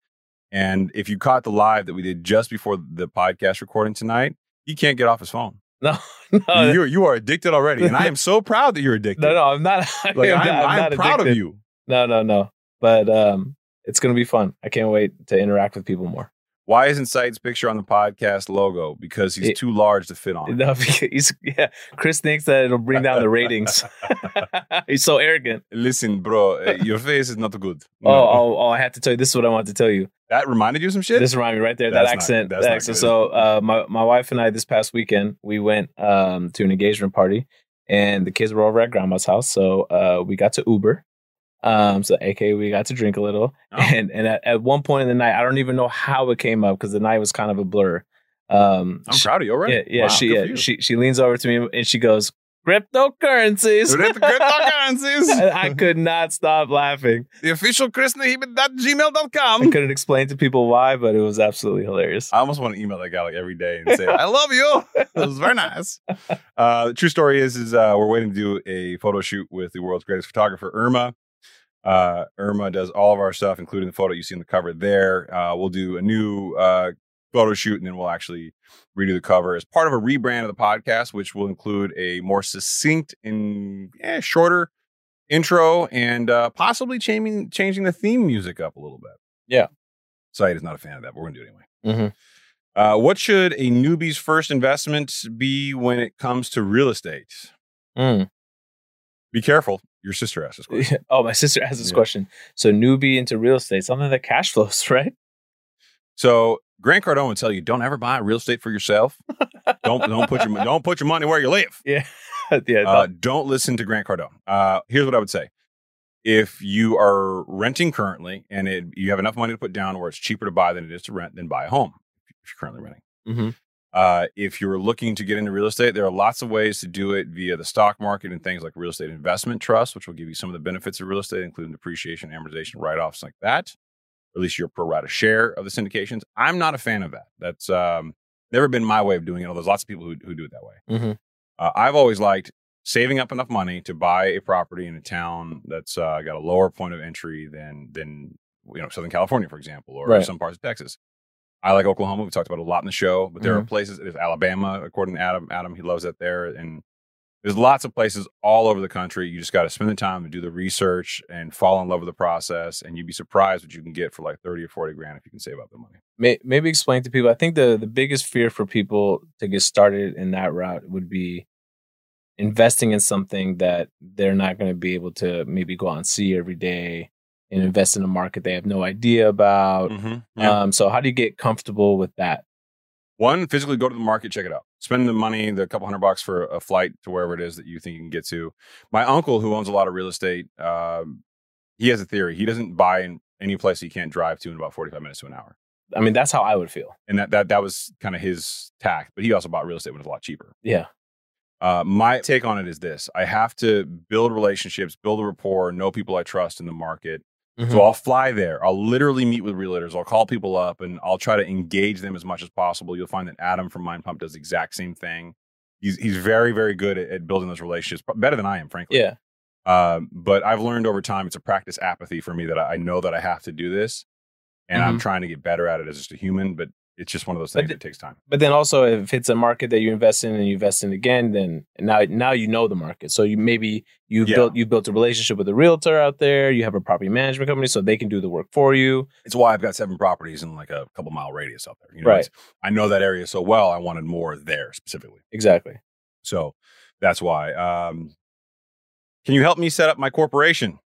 Speaker 2: And if you caught the live that we did just before the podcast recording tonight, he can't get off his phone.
Speaker 1: no, no, no,
Speaker 2: you, you are addicted already, and I am so proud that you're addicted.
Speaker 1: Oh, no, I'm not.
Speaker 2: Like I'm,
Speaker 1: not-
Speaker 2: I'm,
Speaker 1: not
Speaker 2: proud of
Speaker 1: addicted.
Speaker 2: you.
Speaker 1: No, no, no. But um, it's going to be fun. I can't wait to interact with people more.
Speaker 2: Why isn't Saeed's picture on the podcast logo? Because he's
Speaker 1: It-
Speaker 2: too large to fit on.
Speaker 1: No, he's, yeah, Chris thinks that it'll bring down the ratings. he's so arrogant.
Speaker 2: Listen, bro, uh, your face is not good.
Speaker 1: Oh,
Speaker 2: No.
Speaker 1: oh, oh, I had to tell you. This is what I wanted to tell you.
Speaker 2: that reminded you of some shit.
Speaker 1: This reminded me right there. That
Speaker 2: That's not-
Speaker 1: accent.
Speaker 2: that's
Speaker 1: that
Speaker 2: not
Speaker 1: accent.
Speaker 2: good.
Speaker 1: So, uh, my, my wife and I, this past weekend, we went um, to an engagement party and the kids were over at grandma's house. So, uh, we got to Uber. Um, so, aka, we got to drink a little.
Speaker 2: Oh.
Speaker 1: And, and at, at one point in the night, I don't even know how it came up because the night was kind of a blur. Um,
Speaker 2: I'm
Speaker 1: she-
Speaker 2: proud of you, all right?
Speaker 1: Yeah, yeah,
Speaker 2: Oh, Wow,
Speaker 1: she,
Speaker 2: good
Speaker 1: yeah,
Speaker 2: for you.
Speaker 1: she she leans over to me and she goes, "Cryptocurrencies."
Speaker 2: Crypto- cryptocurrencies.
Speaker 1: And I could not stop laughing.
Speaker 2: the official
Speaker 1: I
Speaker 2: gmail.com.
Speaker 1: couldn't explain to people why, but it was absolutely hilarious.
Speaker 2: I almost want to email that guy like every day and say, I love you. It was very nice. Uh, the true story is, is uh, we're waiting to do a photo shoot with the world's greatest photographer, Irma. Uh, Irma does all of our stuff, including the photo you see on the cover there. Uh, we'll do a new uh, photo shoot and then we'll actually redo the cover as part of a rebrand of the podcast, which will include a more succinct and eh, shorter intro and uh, possibly changing changing the theme music up a little bit.
Speaker 1: Yeah.
Speaker 2: Saeed is not a fan of that, but we're gonna do it anyway.
Speaker 1: Mhm.
Speaker 2: Uh, what should a newbie's first investment be when it comes to real estate?
Speaker 1: Mm.
Speaker 2: Be careful. Your sister asked this question.
Speaker 1: oh, my sister asked this
Speaker 2: Yeah.
Speaker 1: question. So newbie into real estate, something that cash flows, right?
Speaker 2: So Grant Cardone would tell you, don't ever buy real estate for yourself. don't don't put your don't put your money where you live.
Speaker 1: yeah.
Speaker 2: Uh, don't listen to Grant Cardone. Uh, here's what I would say: if you are renting currently and it, you have enough money to put down, where it's cheaper to buy than it is to rent, then buy a home if you're currently renting.
Speaker 1: Mhm.
Speaker 2: Uh, if you're looking to get into real estate, there are lots of ways to do it via the stock market and things like real estate investment trust, which will give you some of the benefits of real estate, including depreciation, amortization, write offs like that. Or at least your pro rata share of the syndications. I'm not a fan of that. That's um, never been my way of doing it. Although there's lots of people who, who do it that way.
Speaker 1: Mhm.
Speaker 2: Uh, I've always liked saving up enough money to buy a property in a town that's uh, got a lower point of entry than than you know Southern California, for example, or
Speaker 1: Right.
Speaker 2: some parts of Texas. I like Oklahoma. We talked about it a lot in the show, but there are places. There's Alabama, according to Adam. Adam, he loves that there, and there's lots of places all over the country. You just got to spend the time to do the research and fall in love with the process, and you'd be surprised what you can get for like thirty or forty grand if you can save up the money.
Speaker 1: May, maybe explain to people. I think the the biggest fear for people to get started in that route would be investing in something that they're not going to be able to maybe go out and see every day and invest in a market they have no idea about. Um, so how do you get comfortable with that?
Speaker 2: One, physically go to the market, check it out. Spend the money, the couple hundred bucks for a flight to wherever it is that you think you can get to. My uncle, who owns a lot of real estate, um, he has a theory. He doesn't buy in any place he can't drive to in about 45 minutes to an hour.
Speaker 1: I mean, that's how I would feel.
Speaker 2: And that that, that was kind of his tact. But he also bought real estate when it was a lot cheaper.
Speaker 1: Yeah.
Speaker 2: Uh, my take on it is this I have to build relationships, build a rapport, know people I trust in the market.
Speaker 1: Mm-hmm.
Speaker 2: So I'll fly there. I'll literally meet with realtors. I'll call people up and I'll try to engage them as much as possible. You'll find that Adam from Mind Pump does the exact same thing. He's he's very very good at, at building those relationships, pro- better than I am, frankly.
Speaker 1: yeah.
Speaker 2: Um, but I've learned over time it's a practice apathy for me that I, I know that I have to do this, and I'm trying to get better at it as just a human. But It's just one of those
Speaker 1: Mm-hmm. But
Speaker 2: things
Speaker 1: th-
Speaker 2: that takes time.
Speaker 1: But then also, if it's a market that you invest in and you invest in again, then now now you know the market. So you maybe you
Speaker 2: Yeah.
Speaker 1: built you built a relationship with a realtor out there. You have a property management company, so they can do the work for you.
Speaker 2: It's why I've got seven properties in like a couple mile radius out there. You know,
Speaker 1: Right.
Speaker 2: it's- I know that area so well. I wanted more there specifically.
Speaker 1: Exactly.
Speaker 2: So that's why. Um, can you help me set up my corporation?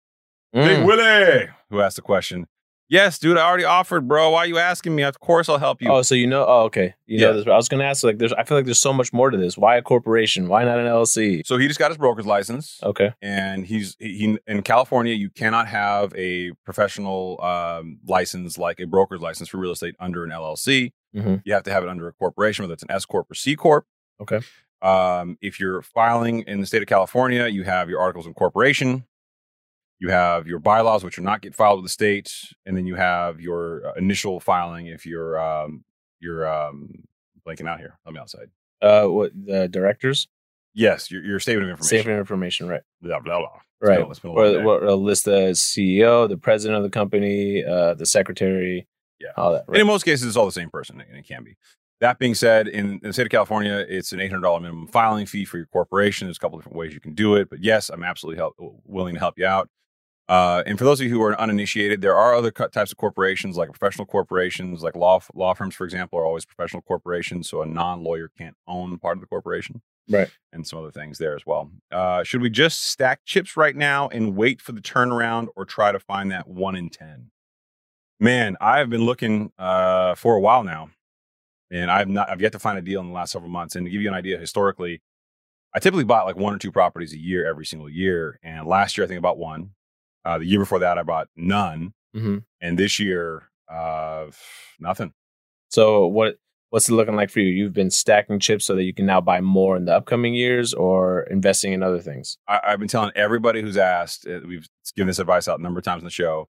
Speaker 2: Big
Speaker 1: Mm.
Speaker 2: Willie, who asked the question. Yes, dude, I already offered, bro. Why are you asking me? Of course I'll help you.
Speaker 1: Oh, so you know? Oh, okay. You
Speaker 2: Yeah.
Speaker 1: know this. I was going to ask. Like, there's. I feel like there's so much more to this. Why a corporation? Why not an LLC?
Speaker 2: so he just got his broker's license,
Speaker 1: Okay.
Speaker 2: and he's he in California. You cannot have a professional um, license like a broker's license for real estate under an LLC.
Speaker 1: Mhm.
Speaker 2: You have to have it under a corporation, whether it's an S corp or C corp.
Speaker 1: Okay.
Speaker 2: Um, if you're filing in the state of California, you have your articles of incorporation, you have your bylaws, which are not get filed with the state, and then you have your uh, initial filing if you're um, you're um, blanking out here. Let me outside.
Speaker 1: Uh, what the directors?
Speaker 2: Yes, your, your statement of information.
Speaker 1: Safe information, right?
Speaker 2: Blah blah blah. It's
Speaker 1: Right.
Speaker 2: been a- it's been a long
Speaker 1: Or,
Speaker 2: day.
Speaker 1: or, or list the CEO, the president of the company, uh, the secretary.
Speaker 2: Yeah.
Speaker 1: All that.
Speaker 2: And
Speaker 1: Right.
Speaker 2: in most cases, it's all the same person, and it can be. That being said, in, in the state of California, it's an eight hundred dollar minimum filing fee for your corporation. There's a couple different ways you can do it, but yes, I'm absolutely help, willing to help you out. Uh, and for those of you who are uninitiated, there are other co- types of corporations, like professional corporations, like law f- law firms, for example, are always professional corporations. So a non lawyer can't own part of the corporation,
Speaker 1: Right.
Speaker 2: And some other things there as well. Uh, should we just stack chips right now and wait for the turnaround, or try to find that one in ten? Man, I've been looking uh, for a while now, and I've not I've yet to find a deal in the last several months. And to give you an idea, historically, I typically bought like one or two properties a year every single year. And last year, I think I bought one. Uh, the year before that, I bought none,
Speaker 1: hmm
Speaker 2: and this year, uh, nothing.
Speaker 1: So what what's it looking like for you? You've been stacking chips so that you can now buy more in the upcoming years, or investing in other things.
Speaker 2: I, I've been telling everybody who's asked. uh, We've given this advice out a number of times in the show.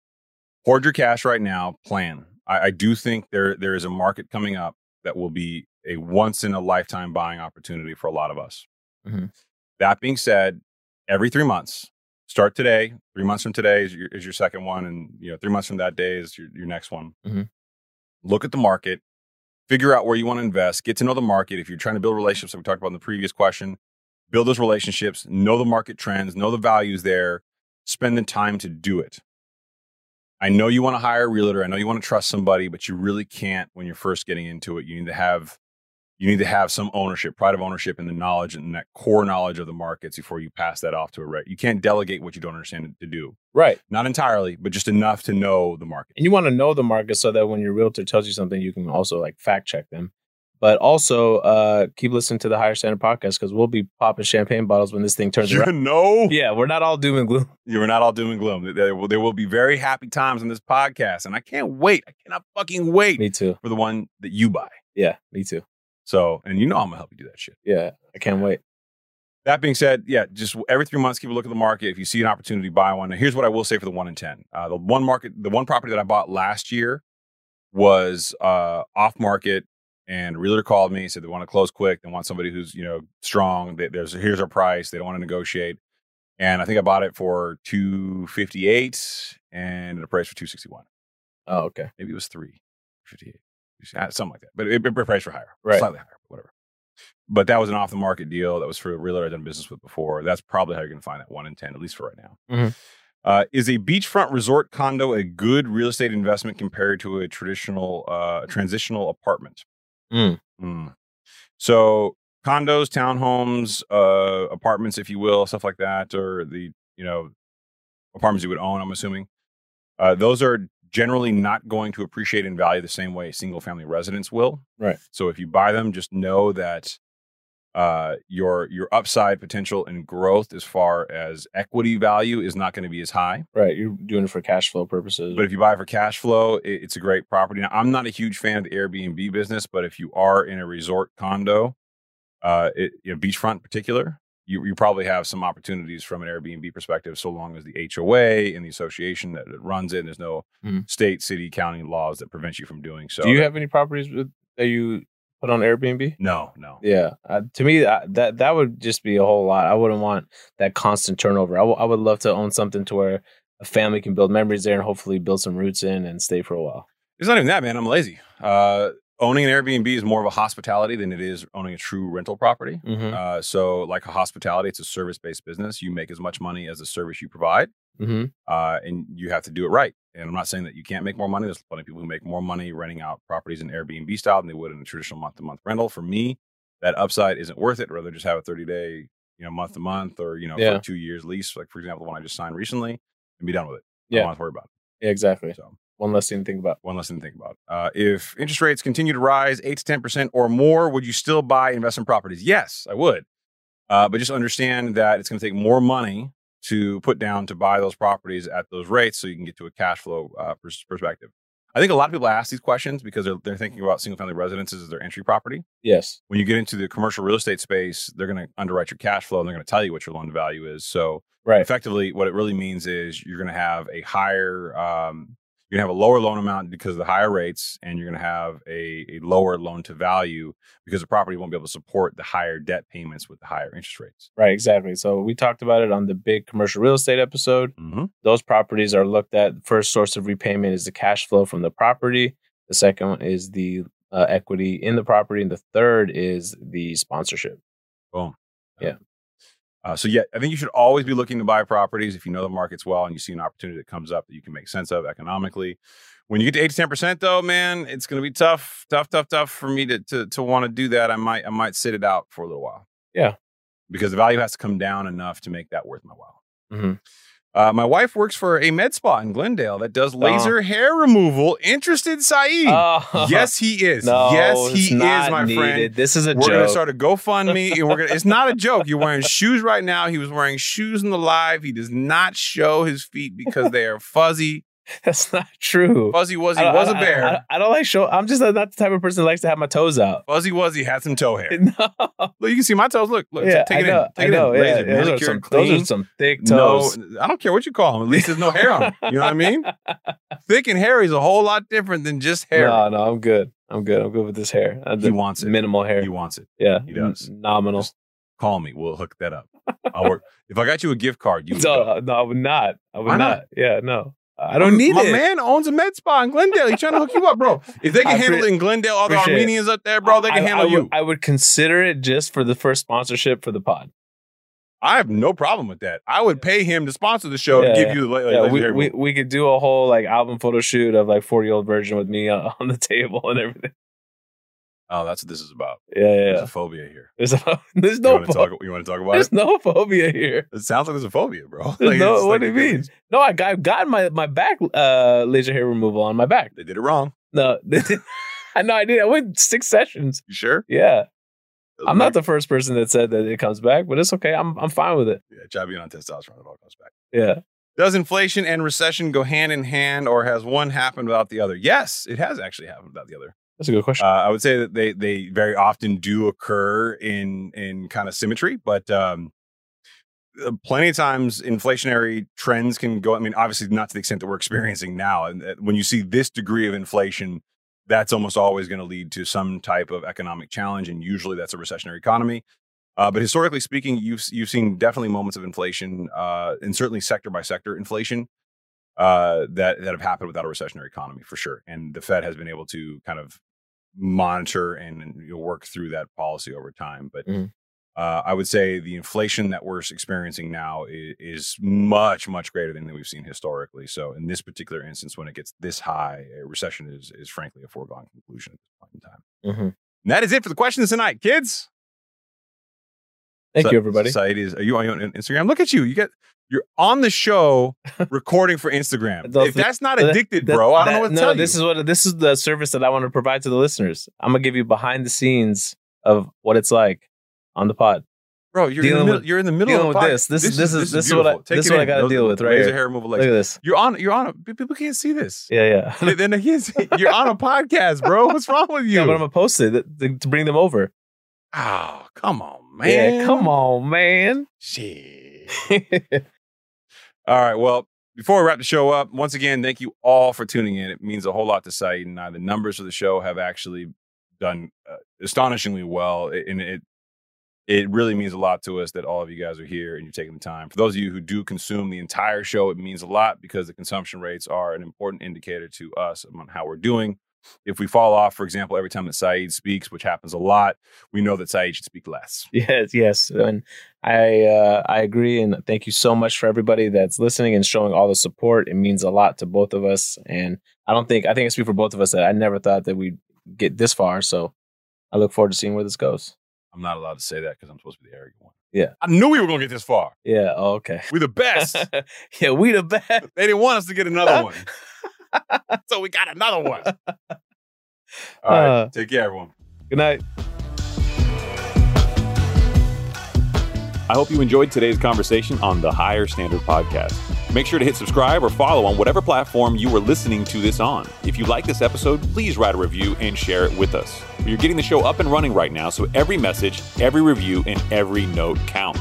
Speaker 2: Hoard your cash right now. Plan. I, I do think there there is a market coming up that will be a once in a lifetime buying opportunity for a lot of us.
Speaker 1: Mhm.
Speaker 2: That being said, every three months, start today. Three months from today is your, is your second one, and you know three months from that day is your, your next one.
Speaker 1: Mhm.
Speaker 2: Look at the market. Figure out where you want to invest. Get to know the market. If you're trying to build relationships, like we talked about in the previous question, build those relationships, know the market trends, know the values there, spend the time to do it. I know you want to hire a realtor, I know you want to trust somebody, but you really can't when you're first getting into it. You need to have you need to have some ownership, pride of ownership, and the knowledge and that core knowledge of the markets before you pass that off to a rep. You can't delegate what you don't understand to do,
Speaker 1: Right.
Speaker 2: not entirely, but just enough to know the market.
Speaker 1: And you want to know the market so that when your realtor tells you something, you can also like fact check them. But also uh, keep listening to the Higher Standard podcast because we'll be popping champagne bottles when this thing turns
Speaker 2: You
Speaker 1: around.
Speaker 2: know,
Speaker 1: Yeah, we're not all doom and gloom.
Speaker 2: you're not all doom and gloom. There will, there will be very happy times in this podcast, and I can't wait. I cannot fucking wait
Speaker 1: Me too.
Speaker 2: for the one that you buy.
Speaker 1: Yeah, me too.
Speaker 2: So, and you know I'm gonna help you do that shit.
Speaker 1: Yeah, I can't wait.
Speaker 2: That being said, yeah, just every three months, keep a look at the market. If you see an opportunity, buy one. Now, here's what I will say for the one in ten. Uh, the one market, the one property that I bought last year was uh, off market, and a realtor called me said they want to close quick. They want somebody who's you know strong. They, there's here's our price. They don't want to negotiate. And I think I bought it for two fifty eight, and it appraised for two sixty one.
Speaker 1: Oh, okay.
Speaker 2: Maybe it was three fifty eight, something like that. But it, it priced for higher,
Speaker 1: Right.
Speaker 2: slightly higher, whatever. But that was an off the market deal. That was for a realtor I've done business with before. That's probably how you're going to find that one in 10, at least for right now.
Speaker 1: Mhm.
Speaker 2: Uh, is a beachfront resort condo a good real estate investment compared to a traditional uh, transitional apartment?
Speaker 1: Mm.
Speaker 2: Mm. So condos, townhomes, uh, apartments, if you will, stuff like that, or the you know apartments you would own. I'm assuming uh, those are generally not going to appreciate in value the same way single family residence will.
Speaker 1: Right.
Speaker 2: So if you buy them, just know that uh, your your upside potential and growth as far as equity value is not going to be as high.
Speaker 1: Right. You're doing it for cash flow purposes.
Speaker 2: But if you buy for cash flow, it, it's a great property. Now, I'm not a huge fan of the Airbnb business, but if you are in a resort condo, uh, it, you know, beachfront in particular, you, you probably have some opportunities from an Airbnb perspective, so long as the HOA and the association that it runs in, there's no
Speaker 1: Mhm.
Speaker 2: state, city, county laws that prevent you from doing so.
Speaker 1: Do you have any properties with, that you put on Airbnb?
Speaker 2: no, no.
Speaker 1: Yeah, uh, to me I, that that would just be a whole lot. I wouldn't want that constant turnover. I, w- I would love to own something to where a family can build memories there and hopefully build some roots in and stay for a while.
Speaker 2: It's not even that, man. I'm lazy. Uh, owning an Airbnb is more of a hospitality than it is owning a true rental property.
Speaker 1: Mm-hmm.
Speaker 2: Uh, so, like a hospitality, it's a service based business. You make as much money as the service you provide,
Speaker 1: Mm-hmm.
Speaker 2: uh, and you have to do it right. And I'm not saying that you can't make more money. There's plenty of people who make more money renting out properties in Airbnb style than they would in a traditional month to month rental. For me, that upside isn't worth it. rather just have a 30 day, you know, month to month or, you know,
Speaker 1: Mm-hmm. Yeah.
Speaker 2: for two years lease, like for example, the one I just signed recently, and be done with it. I
Speaker 1: Yeah.
Speaker 2: don't have to worry about
Speaker 1: Yeah, exactly.
Speaker 2: it. So,
Speaker 1: One less thing to think about.
Speaker 2: one less thing to think about. Uh, if interest rates continue to rise, eight to ten percent or more, would you still buy investment properties? Yes, I would. Uh, but just understand that it's going to take more money to put down to buy those properties at those rates, so you can get to a cash flow uh, pers- perspective. I think a lot of people ask these questions because they're, they're thinking about single family residences as their entry property.
Speaker 1: Yes.
Speaker 2: When you get into the commercial real estate space, they're going to underwrite your cash flow and they're going to tell you what your loan to value is. So
Speaker 1: Right.
Speaker 2: effectively what it really means is you're going to have a higher um, you're going to have a lower loan amount because of the higher rates and you're going to have a, a lower loan to value because the property won't be able to support the higher debt payments with the higher interest rates
Speaker 1: Right. Exactly. So we talked about it on the big commercial real estate episode.
Speaker 2: mm-hmm.
Speaker 1: Those properties are looked at. The first source of repayment is the cash flow from the property. The second one is the uh, equity in the property, and the third is the sponsorship.
Speaker 2: boom
Speaker 1: Yeah.
Speaker 2: uh, so yeah i think you should always be looking to buy properties if you know the markets well and you see an opportunity that comes up that you can make sense of economically when you get to 8 to 10% though man it's going to be tough tough tough tough for me to to, to want to do that i might i might sit it out for a little while
Speaker 1: Yeah.
Speaker 2: because the value has to come down enough to make that worth my while
Speaker 1: Mhm.
Speaker 2: uh, my wife works for a med spa in glendale that does laser hair removal interested saeed
Speaker 1: Oh.
Speaker 2: yes he is
Speaker 1: No,
Speaker 2: yes
Speaker 1: it's
Speaker 2: he is
Speaker 1: not
Speaker 2: my friend
Speaker 1: needed. This is a
Speaker 2: we're gonna
Speaker 1: joke.
Speaker 2: start a GoFundMe, and we're gonna. It's not a joke. You're wearing shoes right now. He was wearing shoes in the live. He does not show his feet because they are fuzzy.
Speaker 1: That's not true.
Speaker 2: Fuzzy Wuzzy
Speaker 1: I-
Speaker 2: was a
Speaker 1: I- I,
Speaker 2: bear.
Speaker 1: I- I don't like show. I'm just not the type of person that likes to have my toes out.
Speaker 2: Fuzzy Wuzzy had some toe hair.
Speaker 1: No.
Speaker 2: Look, you can see my toes. Look, look.
Speaker 1: yeah,
Speaker 2: take
Speaker 1: I
Speaker 2: it
Speaker 1: know.
Speaker 2: in. Take
Speaker 1: I know.
Speaker 2: it in.
Speaker 1: yeah,
Speaker 2: Laser,
Speaker 1: yeah, those, are
Speaker 2: manicure
Speaker 1: some,
Speaker 2: and clean.
Speaker 1: those are some thick toes.
Speaker 2: No, I don't care what you call him. At least there's no hair on him. You know what I mean? Thick and hairy is a whole lot different than just hair.
Speaker 1: No, no, I'm good. I'm good. I'm good with this hair. Uh,
Speaker 2: he
Speaker 1: the
Speaker 2: wants it.
Speaker 1: minimal hair.
Speaker 2: He wants it.
Speaker 1: yeah,
Speaker 2: he does.
Speaker 1: n- nominal.
Speaker 2: Just call me. We'll hook that up. I'll work. If I got you a gift card, you would
Speaker 1: No,
Speaker 2: go.
Speaker 1: no, I would not. I would
Speaker 2: Why
Speaker 1: not?
Speaker 2: not?
Speaker 1: Yeah, no. I don't need
Speaker 2: my
Speaker 1: it.
Speaker 2: man owns a med spa in Glendale. He's trying to hook you up, bro. If they can
Speaker 1: I
Speaker 2: handle it in Glendale, all the
Speaker 1: appreciate it.
Speaker 2: Armenians up there, bro, they can
Speaker 1: I-
Speaker 2: handle
Speaker 1: I
Speaker 2: you.
Speaker 1: Would, I would consider it just for the first sponsorship for the pod.
Speaker 2: I have no problem with that. I would pay him to sponsor the show
Speaker 1: Yeah,
Speaker 2: to give
Speaker 1: yeah.
Speaker 2: you the la-
Speaker 1: yeah,
Speaker 2: la-
Speaker 1: we,
Speaker 2: la-
Speaker 1: we, we could do a whole like album photo shoot of like 40 year old version with me uh, on, on the table and everything.
Speaker 2: Oh, that's what this is about.
Speaker 1: Yeah, yeah.
Speaker 2: There's
Speaker 1: yeah.
Speaker 2: a phobia here.
Speaker 1: There's, a, there's
Speaker 2: you
Speaker 1: no
Speaker 2: want to
Speaker 1: pho-
Speaker 2: talk, you wanna talk about
Speaker 1: there's
Speaker 2: it?
Speaker 1: no phobia here.
Speaker 2: It sounds like there's a phobia, bro.
Speaker 1: There's
Speaker 2: Like,
Speaker 1: no-
Speaker 2: it's
Speaker 1: what
Speaker 2: like-
Speaker 1: do you mean? No, I got, I've gotten my my back uh laser hair removal on my back.
Speaker 2: They did it wrong.
Speaker 1: No, I know I did. I went six sessions.
Speaker 2: You sure?
Speaker 1: Yeah,
Speaker 2: Doesn't
Speaker 1: I'm not
Speaker 2: matter.
Speaker 1: the first person that said that it comes back, but it's okay. I'm I'm fine with it.
Speaker 2: Yeah, try being on testosterone. It all comes back.
Speaker 1: Yeah,
Speaker 2: Does inflation and recession go hand in hand, or has one happened without the other? Yes, it has actually happened without the other.
Speaker 1: that's a good question.
Speaker 2: Uh, I would say that they they very often do occur in in kind of symmetry, but um, uh, plenty of times inflationary trends can go. I mean, obviously not to the extent that we're experiencing now. And uh, when you see this degree of inflation, that's almost always going to lead to some type of economic challenge, and usually that's a recessionary economy. Uh, but historically speaking, you've you've seen definitely moments of inflation, uh, and certainly sector by sector inflation uh, that that have happened without a recessionary economy for sure. And the Fed has been able to kind of monitor and, and you know, work through that policy over time. But
Speaker 1: Mhm.
Speaker 2: uh, I would say the inflation that we're experiencing now is, is much much greater than we've seen historically. So in this particular instance, when it gets this high, a recession is is frankly a foregone conclusion at this point in time.
Speaker 1: Mhm.
Speaker 2: And that is it for the questions tonight, kids.
Speaker 1: Thank
Speaker 2: Sa-
Speaker 1: you, everybody.
Speaker 2: Said is are you on on Instagram? Look at you. You get you're on the show recording for Instagram.
Speaker 1: Those-
Speaker 2: if that's not
Speaker 1: that-
Speaker 2: addicted,
Speaker 1: That-
Speaker 2: bro, I don't
Speaker 1: that-
Speaker 2: know what to
Speaker 1: no,
Speaker 2: tell
Speaker 1: this
Speaker 2: you.
Speaker 1: is what this is the service that I want to provide to the listeners. I'm gonna give you behind the scenes of what it's like on the pod.
Speaker 2: bro, you're in the
Speaker 1: dealing
Speaker 2: middle,
Speaker 1: with-
Speaker 2: you're in the middle
Speaker 1: dealing
Speaker 2: of
Speaker 1: with
Speaker 2: the pod-
Speaker 1: this. This- this is- this is what I-
Speaker 2: beautiful. Take
Speaker 1: this is
Speaker 2: it
Speaker 1: what I
Speaker 2: in.
Speaker 1: gotta
Speaker 2: Those-
Speaker 1: deal with right
Speaker 2: laser
Speaker 1: here.
Speaker 2: hair removal
Speaker 1: Look at
Speaker 2: legs.
Speaker 1: this.
Speaker 2: You're on you're on a pe- people can't see this.
Speaker 1: Yeah, yeah.
Speaker 2: They- Then they can't see- you're on a podcast, bro. What's wrong with you?
Speaker 1: No, but I'm gonna post it th- th- to bring them over.
Speaker 2: oh, come on, man.
Speaker 1: Yeah, come on, man.
Speaker 2: Shit. All right. Well, before we wrap the show up, once again, thank you all for tuning in. It means a whole lot to Saeed and I. The numbers for the show have actually done uh, astonishingly well, i- and it it really means a lot to us that all of you guys are here and you're taking the time. For those of you who do consume the entire show, it means a lot because the consumption rates are an important indicator to us on how we're doing. If we fall off, for example, every time that Saeed speaks, which happens a lot, we know that Saeed should speak less.
Speaker 1: Yes, yes, and I uh, I agree, and thank you so much for everybody that's listening and showing all the support. It means a lot to both of us, and I don't think I think I speak for both of us that I never thought that we'd get this far. So I look forward to seeing where this goes.
Speaker 2: I'm not allowed to say that because I'm supposed to be the arrogant one.
Speaker 1: Yeah.
Speaker 2: I knew we were going to get this far.
Speaker 1: Yeah. oh, okay.
Speaker 2: We're the best.
Speaker 1: yeah, we the best.
Speaker 2: they didn't want us to get another one. so we got another one. All right.
Speaker 1: Uh.
Speaker 2: Take care, everyone.
Speaker 1: Good night.
Speaker 3: I hope you enjoyed today's conversation on the Higher Standard Podcast. Make sure to hit subscribe or follow on whatever platform you are listening to this on. If you like this episode, please write a review and share it with us. You're getting the show up and running right now, so every message, every review, and every note counts.